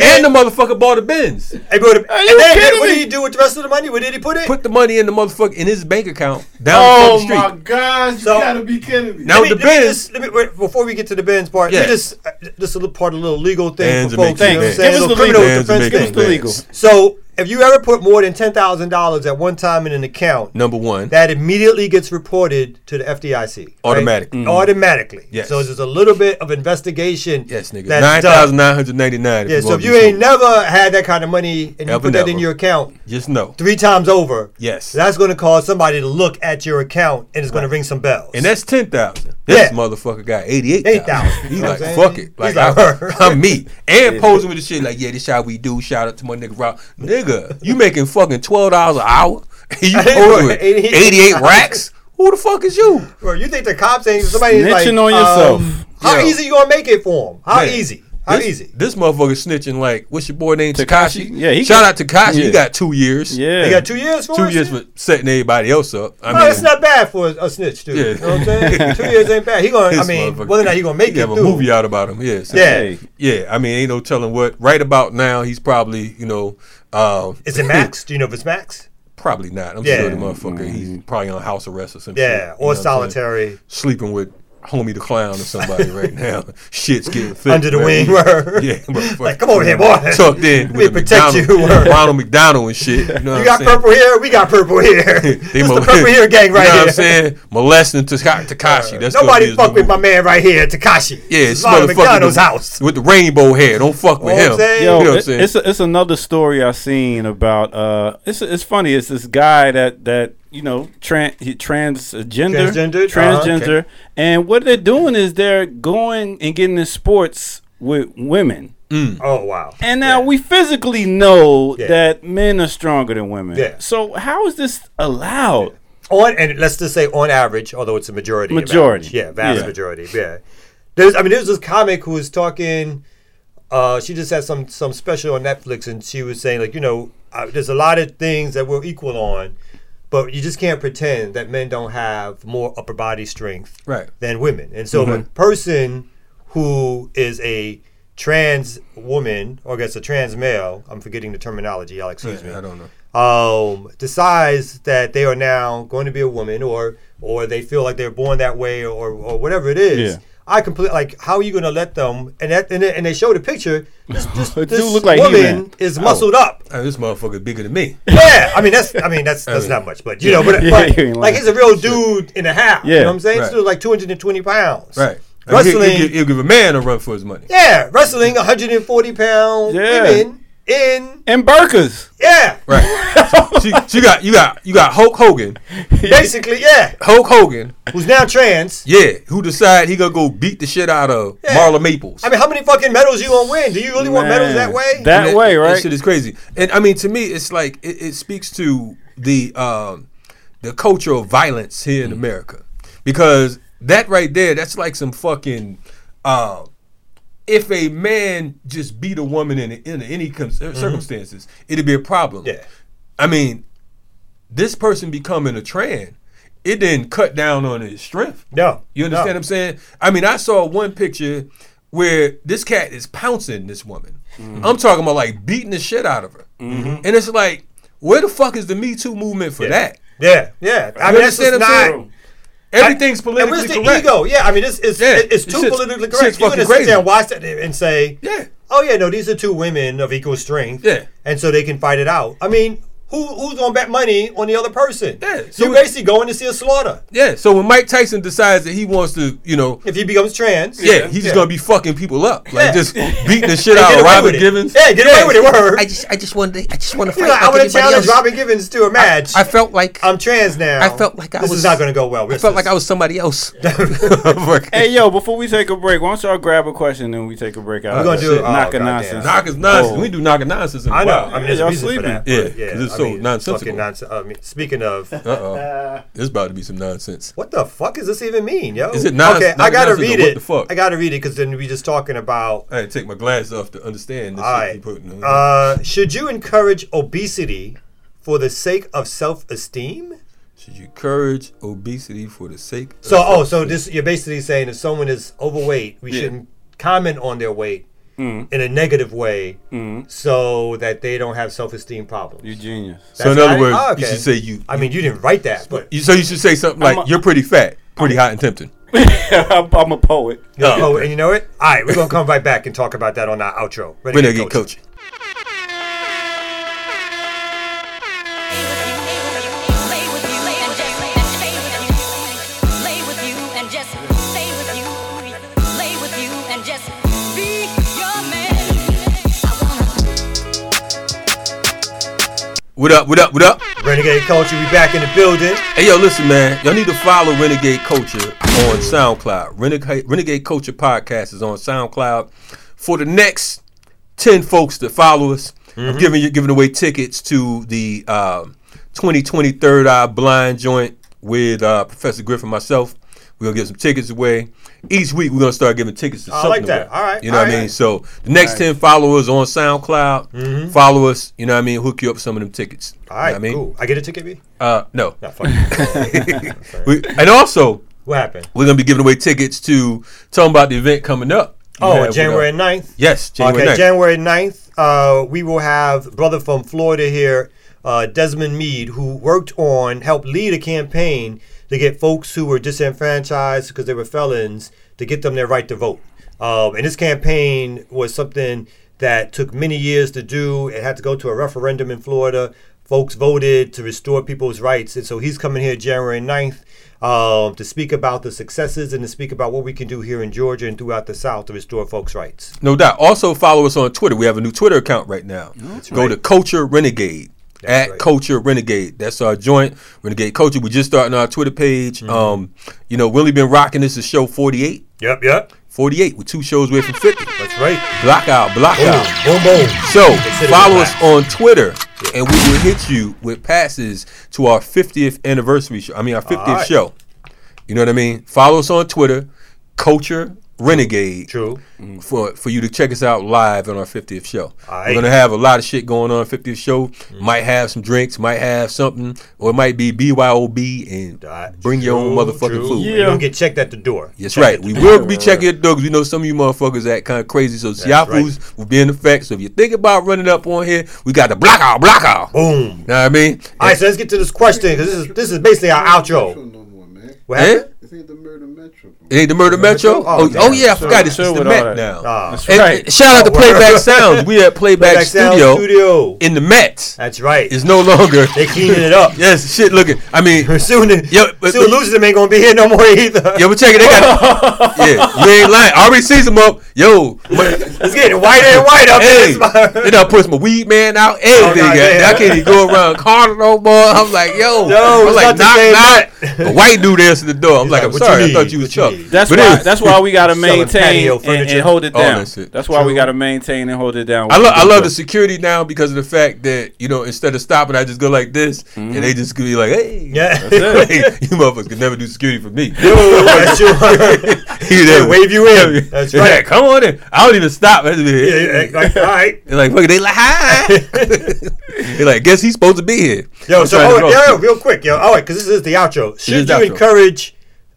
Speaker 2: and
Speaker 3: then,
Speaker 2: the motherfucker bought a Benz,
Speaker 3: and put it-
Speaker 1: Are
Speaker 3: and
Speaker 1: you
Speaker 3: then-
Speaker 1: kidding
Speaker 3: what
Speaker 1: me?
Speaker 3: did he do with the rest of the money? Where did he put it?
Speaker 2: put the money in the motherfucker in his bank account down the
Speaker 1: Oh
Speaker 2: fucking
Speaker 1: my
Speaker 2: street.
Speaker 1: gosh, you
Speaker 3: So-
Speaker 1: gotta be kidding me.
Speaker 2: Now
Speaker 3: Let me-
Speaker 2: the
Speaker 3: let me
Speaker 2: Benz,
Speaker 3: just- let me- wait, before we get to the Benz part, let me
Speaker 2: Yeah.
Speaker 3: just uh, just a little part of the little legal thing
Speaker 2: Benz
Speaker 3: for
Speaker 2: and
Speaker 3: folks. You know what I'm
Speaker 1: Thanks.
Speaker 3: saying?
Speaker 1: Give us
Speaker 3: Little
Speaker 1: the
Speaker 3: criminal
Speaker 1: legal.
Speaker 2: Benz and make
Speaker 3: defense
Speaker 1: Give us
Speaker 3: thing.
Speaker 1: the
Speaker 2: Benz.
Speaker 1: legal.
Speaker 3: So if you ever put more than ten thousand dollars at one time in an account,
Speaker 2: Number one.
Speaker 3: that immediately gets reported to the FDIC. right?
Speaker 2: Automatically.
Speaker 1: Mm.
Speaker 2: Mhm.
Speaker 3: Automatically.
Speaker 2: Yes.
Speaker 3: So there's a little bit of investigation.
Speaker 2: yes, nigga.
Speaker 3: that's
Speaker 2: Nine
Speaker 3: done.
Speaker 2: thousand nine hundred ninety nine.
Speaker 3: Yeah, so if you ain't never had that kind of money and you
Speaker 2: Ever
Speaker 3: put that in
Speaker 2: never.
Speaker 3: your account
Speaker 2: just know.
Speaker 3: three times over,
Speaker 2: Yes.
Speaker 3: that's going to cause somebody to look at your account and it's going to ring some bells.
Speaker 2: And that's ten thousand. This
Speaker 3: Yeah.
Speaker 2: motherfucker got eighty eight.
Speaker 3: 88,000.
Speaker 2: He
Speaker 3: You know
Speaker 2: like
Speaker 3: what I'm
Speaker 2: fuck
Speaker 3: saying?
Speaker 2: it. Like
Speaker 3: He's like,
Speaker 2: I, I'm me. And posing with the shit like yeah, this how we do. Shout out to my nigga Rob. Nigga, you making fucking twelve dollars an hour and you posing with
Speaker 3: 88
Speaker 2: eighty eight racks. Who the fuck is you?
Speaker 3: Bro, you think the cops ain't somebody is like,
Speaker 1: Snitching on
Speaker 3: um,
Speaker 1: yourself.
Speaker 3: How
Speaker 2: Yo.
Speaker 3: easy you going to make it for them? How
Speaker 2: Man,
Speaker 3: easy? How
Speaker 2: this,
Speaker 3: easy?
Speaker 2: This motherfucker snitching like what's your boy name? Takashi.
Speaker 1: Tekashi? Yeah, he
Speaker 2: Shout
Speaker 1: got-
Speaker 2: out Takashi.
Speaker 1: yeah.
Speaker 2: He got two years.
Speaker 1: Yeah.
Speaker 3: They got two years for
Speaker 2: Two
Speaker 3: it,
Speaker 2: years
Speaker 3: shit?
Speaker 2: for setting everybody else up. I
Speaker 3: No, it's not bad for a, a snitch, dude.
Speaker 2: Yeah.
Speaker 3: You know what I'm saying? two years ain't bad. He gonna, I
Speaker 2: This
Speaker 3: mean,
Speaker 2: motherfucker.
Speaker 3: whether or not he gonna make
Speaker 2: He
Speaker 3: it
Speaker 2: have a
Speaker 3: through.
Speaker 2: movie out about him. Yeah, so-
Speaker 3: Yeah.
Speaker 1: Hey,
Speaker 2: yeah. I mean, ain't no telling what. Right about now, he's probably you know. Um,
Speaker 3: Is it Max? Do you know if it's Max?
Speaker 2: probably not. I'm
Speaker 3: Yeah.
Speaker 2: sure the motherfucker. He's probably on house arrest or some shit.
Speaker 3: Yeah,
Speaker 2: you know
Speaker 3: or
Speaker 2: what I'm saying?
Speaker 3: solitary.
Speaker 2: Sleeping with homie the clown or somebody right now. Shit's getting thick,
Speaker 3: Under the
Speaker 2: man.
Speaker 3: wing, word.
Speaker 2: Yeah, motherfucker.
Speaker 3: Like, come over here, boy.
Speaker 2: Tucked in
Speaker 3: We
Speaker 2: with
Speaker 3: protect
Speaker 2: protect
Speaker 3: you, word.
Speaker 2: McDonald, Ronald McDonald and shit. You, know what
Speaker 3: You
Speaker 2: I'm
Speaker 3: got
Speaker 2: saying?
Speaker 3: purple hair. We got purple hair. It's
Speaker 2: They
Speaker 3: the
Speaker 2: mol-
Speaker 3: purple hair gang right
Speaker 2: you know
Speaker 3: here.
Speaker 2: what I'm saying? Molesting Takashi. That's gonna be
Speaker 3: Nobody
Speaker 2: his
Speaker 3: fuck
Speaker 2: new
Speaker 3: with my
Speaker 2: movie.
Speaker 3: man right here, Takashi.
Speaker 2: Yeah,
Speaker 3: This
Speaker 2: it's
Speaker 3: is Ronald
Speaker 2: motherfucking
Speaker 3: McDonald's
Speaker 2: the-
Speaker 3: house.
Speaker 2: with the rainbow hair. Don't fuck with
Speaker 3: Know what
Speaker 2: him.
Speaker 3: I'm saying?
Speaker 2: you
Speaker 1: Yo,
Speaker 2: know what I'm
Speaker 1: it-
Speaker 2: saying?
Speaker 1: it's a, it's another story I seen about. Uh, it's it's funny. It's this guy that that you know tran, he, transgender,
Speaker 3: Transgendered?
Speaker 1: transgender,
Speaker 3: Uh-huh, okay.
Speaker 1: and what they're doing is they're going and getting in sports with women.
Speaker 2: Hmm.
Speaker 3: Oh wow.
Speaker 1: And now we physically know
Speaker 3: Yeah.
Speaker 1: that men are stronger than women.
Speaker 3: Yeah.
Speaker 1: So how is this allowed?
Speaker 3: on and let's just say on average, although it's a majority. of
Speaker 1: Majority.
Speaker 3: average. yeah, vast
Speaker 1: Yeah.
Speaker 3: majority, yeah. There's, I mean, there's this comic who was talking. Uh, she just had some some special on Netflix, and she was saying like, you know, uh, there's a lot of things that we're equal on, but you just can't pretend that men don't have more upper body strength
Speaker 2: Right. Mm-hmm.
Speaker 3: than women. And so, if a person who is a trans woman or I guess a trans male, I'm forgetting the terminology. Y'all excuse me
Speaker 2: I don't know.
Speaker 3: um, decides that they are now going to be a woman or or they feel like they're born that way or, or whatever it is.
Speaker 1: Yeah.
Speaker 3: I completely like how are you going to let them and that and, and they showed a picture. This, this,
Speaker 1: It do
Speaker 3: this
Speaker 1: look like Oh.
Speaker 3: woman
Speaker 1: He-Man.
Speaker 3: is muscled up.
Speaker 2: Hey, this motherfucker bigger than me.
Speaker 3: Yeah, I mean that's I mean that's that's not much, but you know, but,
Speaker 1: Yeah,
Speaker 3: but,
Speaker 1: you ain't lying.
Speaker 3: like he's a real dude and a half. You
Speaker 1: Yeah.
Speaker 3: know what I'm saying? This
Speaker 2: Right.
Speaker 3: dude's like 220 pounds.
Speaker 2: Right. I mean, he'll-
Speaker 3: Wrestling.
Speaker 2: He'll, give- he'll give a man a run for his money.
Speaker 3: yeah, wrestling 140 pound
Speaker 1: Yeah.
Speaker 3: women in
Speaker 1: And burkas.
Speaker 3: yeah,
Speaker 2: Right. she, she got you got you got Hulk Hogan.
Speaker 3: basically yeah,
Speaker 2: Hulk Hogan.
Speaker 3: who's now trans.
Speaker 2: Yeah. Who decide he gonna go beat the shit out of
Speaker 3: Yeah.
Speaker 2: Marla Maples.
Speaker 3: I mean, how many fucking medals you gonna win? Do you really want medals
Speaker 1: Man,
Speaker 3: that way?
Speaker 1: that-
Speaker 2: And
Speaker 1: way,
Speaker 2: That
Speaker 1: right?
Speaker 2: shit is crazy. And I mean, to me, it's like it, it speaks to the um, the culture of violence here
Speaker 1: Mm.
Speaker 2: in America, because that right there, that's like some fucking. Uh, if a man just beat a woman in, in any com-
Speaker 1: Mm-hmm.
Speaker 2: circumstances, it'd be a problem.
Speaker 3: Yeah.
Speaker 2: I mean, this person becoming a tran, it didn't cut down on his strength.
Speaker 3: No,
Speaker 2: You understand
Speaker 3: no.
Speaker 2: what I'm saying? I mean, I saw one picture where this cat is pouncing this woman.
Speaker 3: Mm-hmm.
Speaker 2: I'm talking about like beating the shit out of her. And it's like, where the fuck is the Me Too movement for that?
Speaker 3: yeah, yeah. I
Speaker 2: You
Speaker 3: mean, that's
Speaker 2: understand what
Speaker 3: just
Speaker 2: I'm
Speaker 3: not.
Speaker 2: saying? Everything's
Speaker 3: And
Speaker 2: politically
Speaker 3: where's the
Speaker 2: correct.
Speaker 3: ego? Yeah, I mean, it's it's,
Speaker 2: Yeah,
Speaker 3: it's
Speaker 2: this
Speaker 3: too
Speaker 2: shit's-
Speaker 3: politically
Speaker 2: shit's
Speaker 3: correct. You're
Speaker 2: fucking
Speaker 3: gonna sit
Speaker 2: crazy.
Speaker 3: there and watch that and say,
Speaker 2: Yeah.
Speaker 3: oh yeah, no, these are two women of equal strength.
Speaker 2: Yeah.
Speaker 3: and so they can fight it out. I mean, who who's gonna bet money on the other person?
Speaker 2: Yeah,
Speaker 3: so
Speaker 2: so
Speaker 3: you're
Speaker 2: it-
Speaker 3: basically going to see a slaughter
Speaker 2: Yeah. So when Mike Tyson decides that he wants to, you know,
Speaker 3: if he becomes trans.
Speaker 2: yeah, he's just
Speaker 3: Yeah.
Speaker 2: gonna be fucking people up, like
Speaker 3: Yeah.
Speaker 2: just beating the shit
Speaker 3: And
Speaker 2: out
Speaker 3: get
Speaker 2: of
Speaker 3: away
Speaker 2: Robert
Speaker 3: with it.
Speaker 2: Givens.
Speaker 3: Yeah, get away with it. Word.
Speaker 6: I just, I just wanted, to, I just want to fight.
Speaker 3: You know, I
Speaker 6: like
Speaker 3: would have
Speaker 6: anybody
Speaker 3: challenged
Speaker 6: else.
Speaker 3: Robin Givens to a match.
Speaker 6: I felt like, I
Speaker 3: am trans now.
Speaker 6: I felt like I
Speaker 3: this
Speaker 6: was-
Speaker 3: is not going to go well. I
Speaker 6: felt like I was somebody else.
Speaker 1: Hey yo, before we take a break, why don't y'all grab a question and then we take a break out?
Speaker 3: We're gonna
Speaker 1: of
Speaker 3: do
Speaker 1: this
Speaker 3: it- oh,
Speaker 1: knocker
Speaker 3: goddamn.
Speaker 1: nonsense.
Speaker 2: Knock is nonsense.
Speaker 1: Oh.
Speaker 2: We do knocking nonsense. In a
Speaker 3: I know.
Speaker 2: while.
Speaker 3: I mean, there's
Speaker 1: Y'all
Speaker 3: a reason
Speaker 1: sleeping.
Speaker 3: for that. but
Speaker 2: Yeah, 'cause it's
Speaker 3: I
Speaker 2: so
Speaker 3: mean,
Speaker 2: nonsensical. Uh-uh.
Speaker 3: fucking nonsen- I mean, speaking of,
Speaker 2: Uh-oh. There's about to be some nonsense.
Speaker 3: what the fuck does this even mean, yo?
Speaker 2: Is it non-
Speaker 3: Okay, I
Speaker 2: not
Speaker 3: gotta
Speaker 2: nonsense,
Speaker 3: read
Speaker 2: but what
Speaker 3: it.
Speaker 2: the fuck?
Speaker 3: I gotta read it because then we just talking about.
Speaker 2: I had to take my glasses off to understand this
Speaker 3: All
Speaker 2: shit you
Speaker 3: right.
Speaker 2: putting on.
Speaker 3: Uh, should you encourage obesity for the sake of self-esteem?
Speaker 2: Should you encourage obesity for the sake of
Speaker 3: So, oh, so this you're basically saying if someone is overweight, we shouldn't comment on their weight
Speaker 2: Mm.
Speaker 3: in a negative way, so that they don't have self-esteem problems.
Speaker 1: You genius.
Speaker 2: So in
Speaker 3: That's
Speaker 2: other
Speaker 3: right.
Speaker 2: words,
Speaker 3: Oh,
Speaker 2: you
Speaker 3: okay.
Speaker 2: should say you,
Speaker 3: I mean, you didn't write that, but
Speaker 2: you. So you should say something like,
Speaker 1: I'm a-
Speaker 2: "You're pretty fat, pretty hot and tempting."
Speaker 1: I'm, I'm a poet.
Speaker 2: Oh,
Speaker 3: Oh, and you know it? All right, we're going to come right back and talk about that on our outro. Ready
Speaker 2: Renegade coach.
Speaker 6: Thank
Speaker 2: What up? What up? What up?
Speaker 3: Renegade Culture, we back in the building.
Speaker 2: Hey, yo, listen, man. Y'all need to follow Renegade Culture on SoundCloud. Renegade, Renegade Culture podcast is on SoundCloud. For the next ten folks that follow us,
Speaker 3: Mm-hmm.
Speaker 2: I'm giving you giving away tickets to the um 2020 Third Eye Blind Joint with uh, Professor Griffin myself. We're gonna give some tickets away each week. We're gonna start giving tickets to
Speaker 3: Oh, I
Speaker 2: something.
Speaker 3: like that.
Speaker 2: away.
Speaker 3: All right,
Speaker 2: you know
Speaker 3: all
Speaker 2: what I
Speaker 3: right. Mm-hmm.
Speaker 2: mean. So the next ten followers on SoundCloud, follow us. You know what I mean. Hook you up with some of them tickets.
Speaker 3: All right,
Speaker 2: you know what I mean.
Speaker 3: cool. I get a ticket, B?
Speaker 2: Uh, no.
Speaker 3: Nah, fuck it.
Speaker 2: We, and also,
Speaker 3: what happened?
Speaker 2: we're gonna be giving away tickets to tell them about the event coming up. You
Speaker 3: Oh,
Speaker 2: have,
Speaker 3: January
Speaker 2: uh,
Speaker 3: 9th.
Speaker 2: Yes, January.
Speaker 3: okay,
Speaker 2: 9th.
Speaker 3: January 9th, uh, we will have brother from Florida here, uh, Desmond Mead, who worked on, helped lead a campaign to get folks who were disenfranchised because they were felons to get them their right to vote. Um, and this campaign was something that took many years to do. It had to go to a referendum in Florida. Folks voted to restore people's rights. And so he's coming here January 9th um, to speak about the successes and to speak about what we can do here in Georgia and throughout the South to restore folks' rights.
Speaker 2: no doubt. Also, follow us on Twitter. We have a new Twitter account right now. Go to Culture Renegade. at
Speaker 3: right.
Speaker 2: Culture Renegade. That's our joint Renegade Culture. We just starting our Twitter page.
Speaker 3: Mm-hmm.
Speaker 2: Um, you know, Willie been rocking. This is show 48.
Speaker 3: Yep, yep.
Speaker 2: 48. We're two shows away from 50.
Speaker 3: That's right.
Speaker 2: Block out, block out.
Speaker 3: Boom, boom.
Speaker 2: So
Speaker 3: Consider
Speaker 2: follow
Speaker 3: it
Speaker 2: us on Twitter, and we will hit you with passes to our 50th anniversary show. I mean, our 50th
Speaker 3: Alright.
Speaker 2: show. You know what I mean? Follow us on Twitter, Culture Renegade, mm,
Speaker 3: True.
Speaker 2: for for you to check us out live on our 50th show.
Speaker 3: Alright.
Speaker 2: We're gonna have a lot of shit going on. 50th show
Speaker 3: Mm.
Speaker 2: might have some drinks, might have something, or it might be BYOB and
Speaker 3: Alright.
Speaker 2: bring your own
Speaker 3: True,
Speaker 2: motherfucking
Speaker 3: true.
Speaker 2: food.
Speaker 1: Yeah.
Speaker 3: You don't get checked at the door.
Speaker 2: That's right. We will be checking your dogs. We know some of you motherfuckers act kind of crazy, so Siafus will be in effect. So if you think about running up on here, we got the block out, block out. Know
Speaker 3: Boom.
Speaker 2: what I mean?
Speaker 3: All right, so let's get to this question because this is this is basically our outro.
Speaker 7: No more, man.
Speaker 3: What
Speaker 2: Eh?
Speaker 3: happened?
Speaker 7: This ain't the murder metro.
Speaker 2: It ain't the Murder Metro?
Speaker 3: Metro? Oh,
Speaker 2: Oh,
Speaker 3: damn.
Speaker 2: oh, yeah, I forgot it's
Speaker 1: Sure
Speaker 2: just the
Speaker 1: with all that.
Speaker 2: Met now.
Speaker 3: Ah,
Speaker 1: That's
Speaker 2: And-
Speaker 1: right.
Speaker 2: and shout out to Playback Sounds. We at Playback,
Speaker 3: Playback Sound
Speaker 2: Studio,
Speaker 3: Studio.
Speaker 2: in the Met.
Speaker 3: That's right.
Speaker 2: It's no longer.
Speaker 3: They cleaning it up.
Speaker 2: yes, shit looking. I mean,
Speaker 3: Soon, the,
Speaker 2: Yeah, but- but-
Speaker 3: soon losers them ain't gonna be here no more either.
Speaker 2: yo, but check it. They got. yeah, we ain't lying. I already see some up. Yo, but-
Speaker 3: It's getting whiter and whiter up
Speaker 2: Hey,
Speaker 3: in this
Speaker 2: they done pushed my weed man out, everything.
Speaker 3: Oh, goddamn.
Speaker 2: I can't even go around Carter no more. I'm like, yo,
Speaker 3: Yo,
Speaker 2: I'm
Speaker 3: it's
Speaker 2: like,
Speaker 3: not the same
Speaker 2: knock, knock. The white dude answered the door. I'm
Speaker 3: He's
Speaker 2: like,
Speaker 3: like,
Speaker 2: I'm
Speaker 3: "What you
Speaker 2: sorry, I
Speaker 3: need?
Speaker 2: thought you was
Speaker 3: What you
Speaker 2: Chuck.
Speaker 3: need?
Speaker 1: That's
Speaker 2: But
Speaker 1: why.
Speaker 2: it is.
Speaker 1: That's why we gotta
Speaker 3: Selling
Speaker 1: maintain
Speaker 3: patio
Speaker 1: and,
Speaker 3: furniture.
Speaker 1: and hold it
Speaker 2: All
Speaker 1: down.
Speaker 2: that shit.
Speaker 1: That's why we gotta maintain and hold it down.
Speaker 2: I love I love the security now because of the fact that you know instead of stopping, I just go like this,
Speaker 1: Mm-hmm.
Speaker 2: and they just could be like, hey,
Speaker 3: Yeah.
Speaker 2: Like, you motherfuckers could never do security for me.
Speaker 3: That's true.
Speaker 2: You know?
Speaker 3: wave you in. That's
Speaker 2: Yeah,
Speaker 3: right.
Speaker 2: come on in. I don't even stop. I just be-
Speaker 3: Yeah, like, all right.
Speaker 2: They're like, fuck it, they like, hi. they like, guess he's supposed to be here.
Speaker 3: Yo,
Speaker 2: I'm
Speaker 3: so
Speaker 2: trying to
Speaker 3: oh,
Speaker 2: grow.
Speaker 3: yeah, real quick, yo, all right, because this is the outro.
Speaker 2: is
Speaker 3: Should
Speaker 2: the
Speaker 3: you
Speaker 2: outro.
Speaker 3: encourage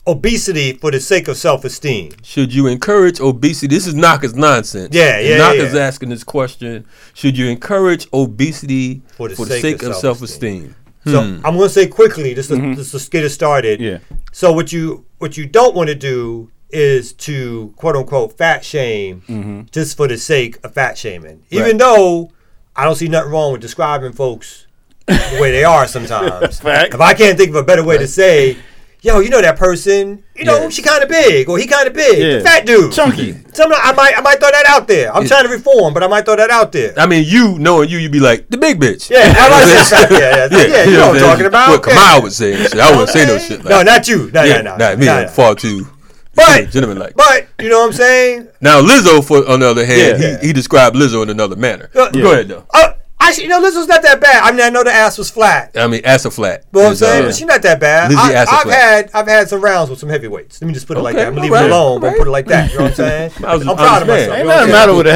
Speaker 3: obesity for the sake of self-esteem?
Speaker 2: Should you encourage obesity? This is Knocker's nonsense.
Speaker 3: Yeah, yeah,
Speaker 2: Knocker's
Speaker 3: yeah.
Speaker 2: asking this question. Should you encourage obesity for the, sake, of self esteem?
Speaker 3: So
Speaker 2: Hmm.
Speaker 3: I'm going to say quickly, just to, just to get it started.
Speaker 1: Yeah.
Speaker 3: So what you what you don't want to do is to quote unquote fat shame just for the sake of fat shaming. Even though I don't see nothing wrong with describing folks the way they are sometimes.
Speaker 1: Fact.
Speaker 3: If I can't think of a better way to say, yo, you know that person, you know she kind of big or he kind of big,
Speaker 1: Yeah.
Speaker 3: The fat dude,
Speaker 1: Chunky.
Speaker 3: Some I might I might throw that out there. I'm
Speaker 2: Yeah.
Speaker 3: trying to reform, but I might throw that out there.
Speaker 2: I mean, you, knowing you, you'd be like, the big bitch.
Speaker 3: Yeah, I might say fat. Yeah, yeah, yeah. You know what I'm talking about?
Speaker 2: What
Speaker 3: Yeah.
Speaker 2: Kamal would say. and shit. I wouldn't say no shit like
Speaker 3: No, not you. No,
Speaker 2: yeah,
Speaker 3: no, no.
Speaker 2: Nah, me,
Speaker 3: no,
Speaker 2: I'm
Speaker 3: no.
Speaker 2: far too.
Speaker 3: But-
Speaker 2: gentleman like.
Speaker 3: But you know what I'm saying?
Speaker 2: Now, Lizzo, for, on the other hand,
Speaker 1: Yeah.
Speaker 2: he, he described Lizzo in another manner.
Speaker 3: Yeah.
Speaker 2: Go ahead, though.
Speaker 3: Oh, actually, you know, Lizzo's not that bad. I mean, I know the ass was flat.
Speaker 2: I mean, ass a flat.
Speaker 3: But I'm
Speaker 2: is,
Speaker 3: saying
Speaker 2: uh,
Speaker 3: she's not that bad.
Speaker 2: Lizzie
Speaker 3: I,
Speaker 2: ass is
Speaker 3: I've
Speaker 2: flat.
Speaker 3: had I've had some rounds with some heavyweights. Let me just put it like
Speaker 2: Okay,
Speaker 3: that. I'm gonna leave
Speaker 2: alright,
Speaker 3: it alone. But
Speaker 2: alright.
Speaker 3: put it like that. You know what I'm saying?
Speaker 2: I was
Speaker 3: I'm
Speaker 2: an
Speaker 3: proud
Speaker 2: honest man.
Speaker 3: of
Speaker 2: Ain't
Speaker 3: myself. you
Speaker 1: Ain't
Speaker 3: know what
Speaker 1: nothing
Speaker 3: I'm
Speaker 1: matter
Speaker 3: saying?
Speaker 1: with a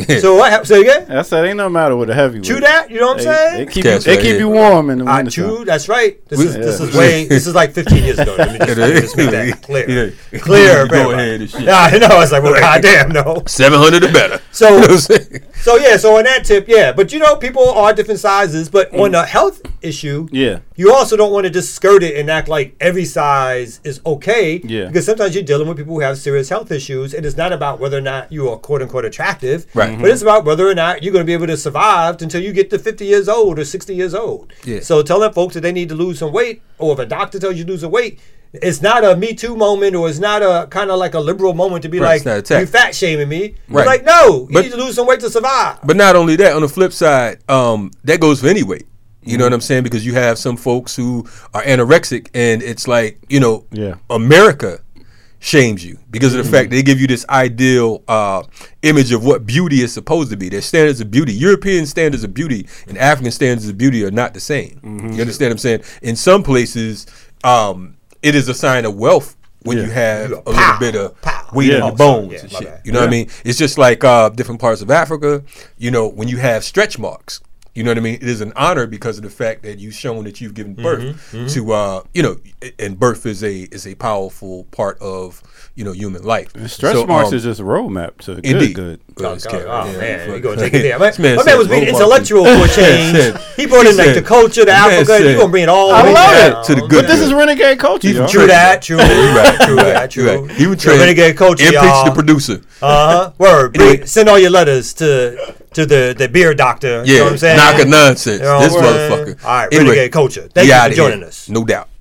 Speaker 1: heavyweight.
Speaker 3: So what? hap- Say again.
Speaker 1: I said ain't nothing matter with a heavyweight.
Speaker 3: Chew that. You know what I'm
Speaker 1: They,
Speaker 3: saying?
Speaker 1: they keep you,
Speaker 2: That's
Speaker 1: they
Speaker 2: right,
Speaker 1: keep
Speaker 2: yeah.
Speaker 1: you warm in the
Speaker 3: I
Speaker 1: winter.
Speaker 3: chew. Ah, That's right. This
Speaker 2: We-
Speaker 3: is this
Speaker 2: yeah.
Speaker 3: is way. This is like 15 years ago. Let me just, let me just make that clear.
Speaker 2: Yeah. Go
Speaker 3: Clear. very
Speaker 2: ahead
Speaker 3: much.
Speaker 2: and shit.
Speaker 3: Yeah, I know. I was like, well, goddamn, no.
Speaker 2: 700 or better.
Speaker 3: So-
Speaker 2: You know what I'm saying?
Speaker 3: So yeah, so on that tip, yeah. But you know, people are different sizes. But on
Speaker 2: Mm.
Speaker 3: the health issue,
Speaker 1: Yeah.
Speaker 3: you also don't want to just skirt it and act like every size is okay.
Speaker 1: Yeah.
Speaker 3: Because sometimes you're dealing with people who have serious health issues, and it's not about whether or not you are quote unquote attractive,
Speaker 2: Right.
Speaker 3: But it's about whether or not you're going to be able to survive until you get to 50 years old or 60 years old.
Speaker 2: Yeah.
Speaker 3: So telling folks that they need to lose some weight, or if a doctor tells you to lose some weight. It's not a Me Too moment, or it's not a kind of like a liberal moment to be
Speaker 2: Right, it's not
Speaker 3: like
Speaker 2: attack.
Speaker 3: you fat shaming me. You're
Speaker 2: Right.
Speaker 3: Like no, you
Speaker 2: But-
Speaker 3: need to lose some weight to survive.
Speaker 2: But not only that, on the flip side, um, that goes for any weight. You know
Speaker 1: Mm-hmm.
Speaker 2: what I'm saying? Because you have some folks who are anorexic, and it's like you know,
Speaker 1: Yeah. Mm-hmm.
Speaker 2: America shames you because of the fact they give you this ideal uh, image of what beauty is supposed to be. Their standards of beauty, European standards of beauty, and African standards of beauty are not the same.
Speaker 1: Mm-hmm.
Speaker 2: You understand what I'm saying? In some places, um, it is a sign of wealth when you have a little bit of weight
Speaker 1: Yeah.
Speaker 2: in
Speaker 1: Oh, sorry.
Speaker 2: your bones
Speaker 3: Yeah,
Speaker 2: and
Speaker 3: my
Speaker 2: shit.
Speaker 3: bad.
Speaker 2: You know what I mean? It's just like uh, different parts of Africa. You know, when you have stretch marks, you know what I mean. It is an honor because of the fact that you've shown that you've given birth
Speaker 3: Mm-hmm,
Speaker 2: to, uh, you know, and birth is a is a powerful part of you know human life.
Speaker 1: Stretch
Speaker 2: So,
Speaker 1: marks
Speaker 2: um,
Speaker 1: is just a roadmap to good,
Speaker 2: indeed.
Speaker 1: good.
Speaker 2: Well, it's
Speaker 3: Oh,
Speaker 2: Karen,
Speaker 3: oh,
Speaker 2: yeah,
Speaker 3: man,
Speaker 2: fuck.
Speaker 3: you gonna take it there. My,
Speaker 2: This
Speaker 3: my man was
Speaker 2: said
Speaker 3: being
Speaker 2: Roblox.
Speaker 3: intellectual for a
Speaker 2: said-
Speaker 3: change. He brought
Speaker 2: he
Speaker 3: in like the
Speaker 2: said-
Speaker 3: culture, the
Speaker 2: this man
Speaker 3: Africa.
Speaker 2: said-
Speaker 3: You gonna bring it all?
Speaker 1: I
Speaker 3: the way
Speaker 1: love it.
Speaker 3: down.
Speaker 2: To the good.
Speaker 1: But this is renegade culture.
Speaker 2: He's
Speaker 1: yo.
Speaker 3: True that. True. True that. True.
Speaker 2: You're right. Even
Speaker 3: You're
Speaker 2: Trey,
Speaker 3: renegade culture,
Speaker 2: and preach
Speaker 3: y'all.
Speaker 2: the producer.
Speaker 3: Uh huh. Word.
Speaker 2: Anyway.
Speaker 3: Bring- Send all your letters to to the the beer doctor.
Speaker 2: Yeah,
Speaker 3: You know what I'm saying?
Speaker 2: knock a nonsense.
Speaker 3: You know
Speaker 2: this
Speaker 3: what I'm saying?
Speaker 2: motherfucker.
Speaker 3: All right, renegade culture. Thank
Speaker 2: we
Speaker 3: you for
Speaker 2: outta here.
Speaker 3: joining us.
Speaker 2: No doubt.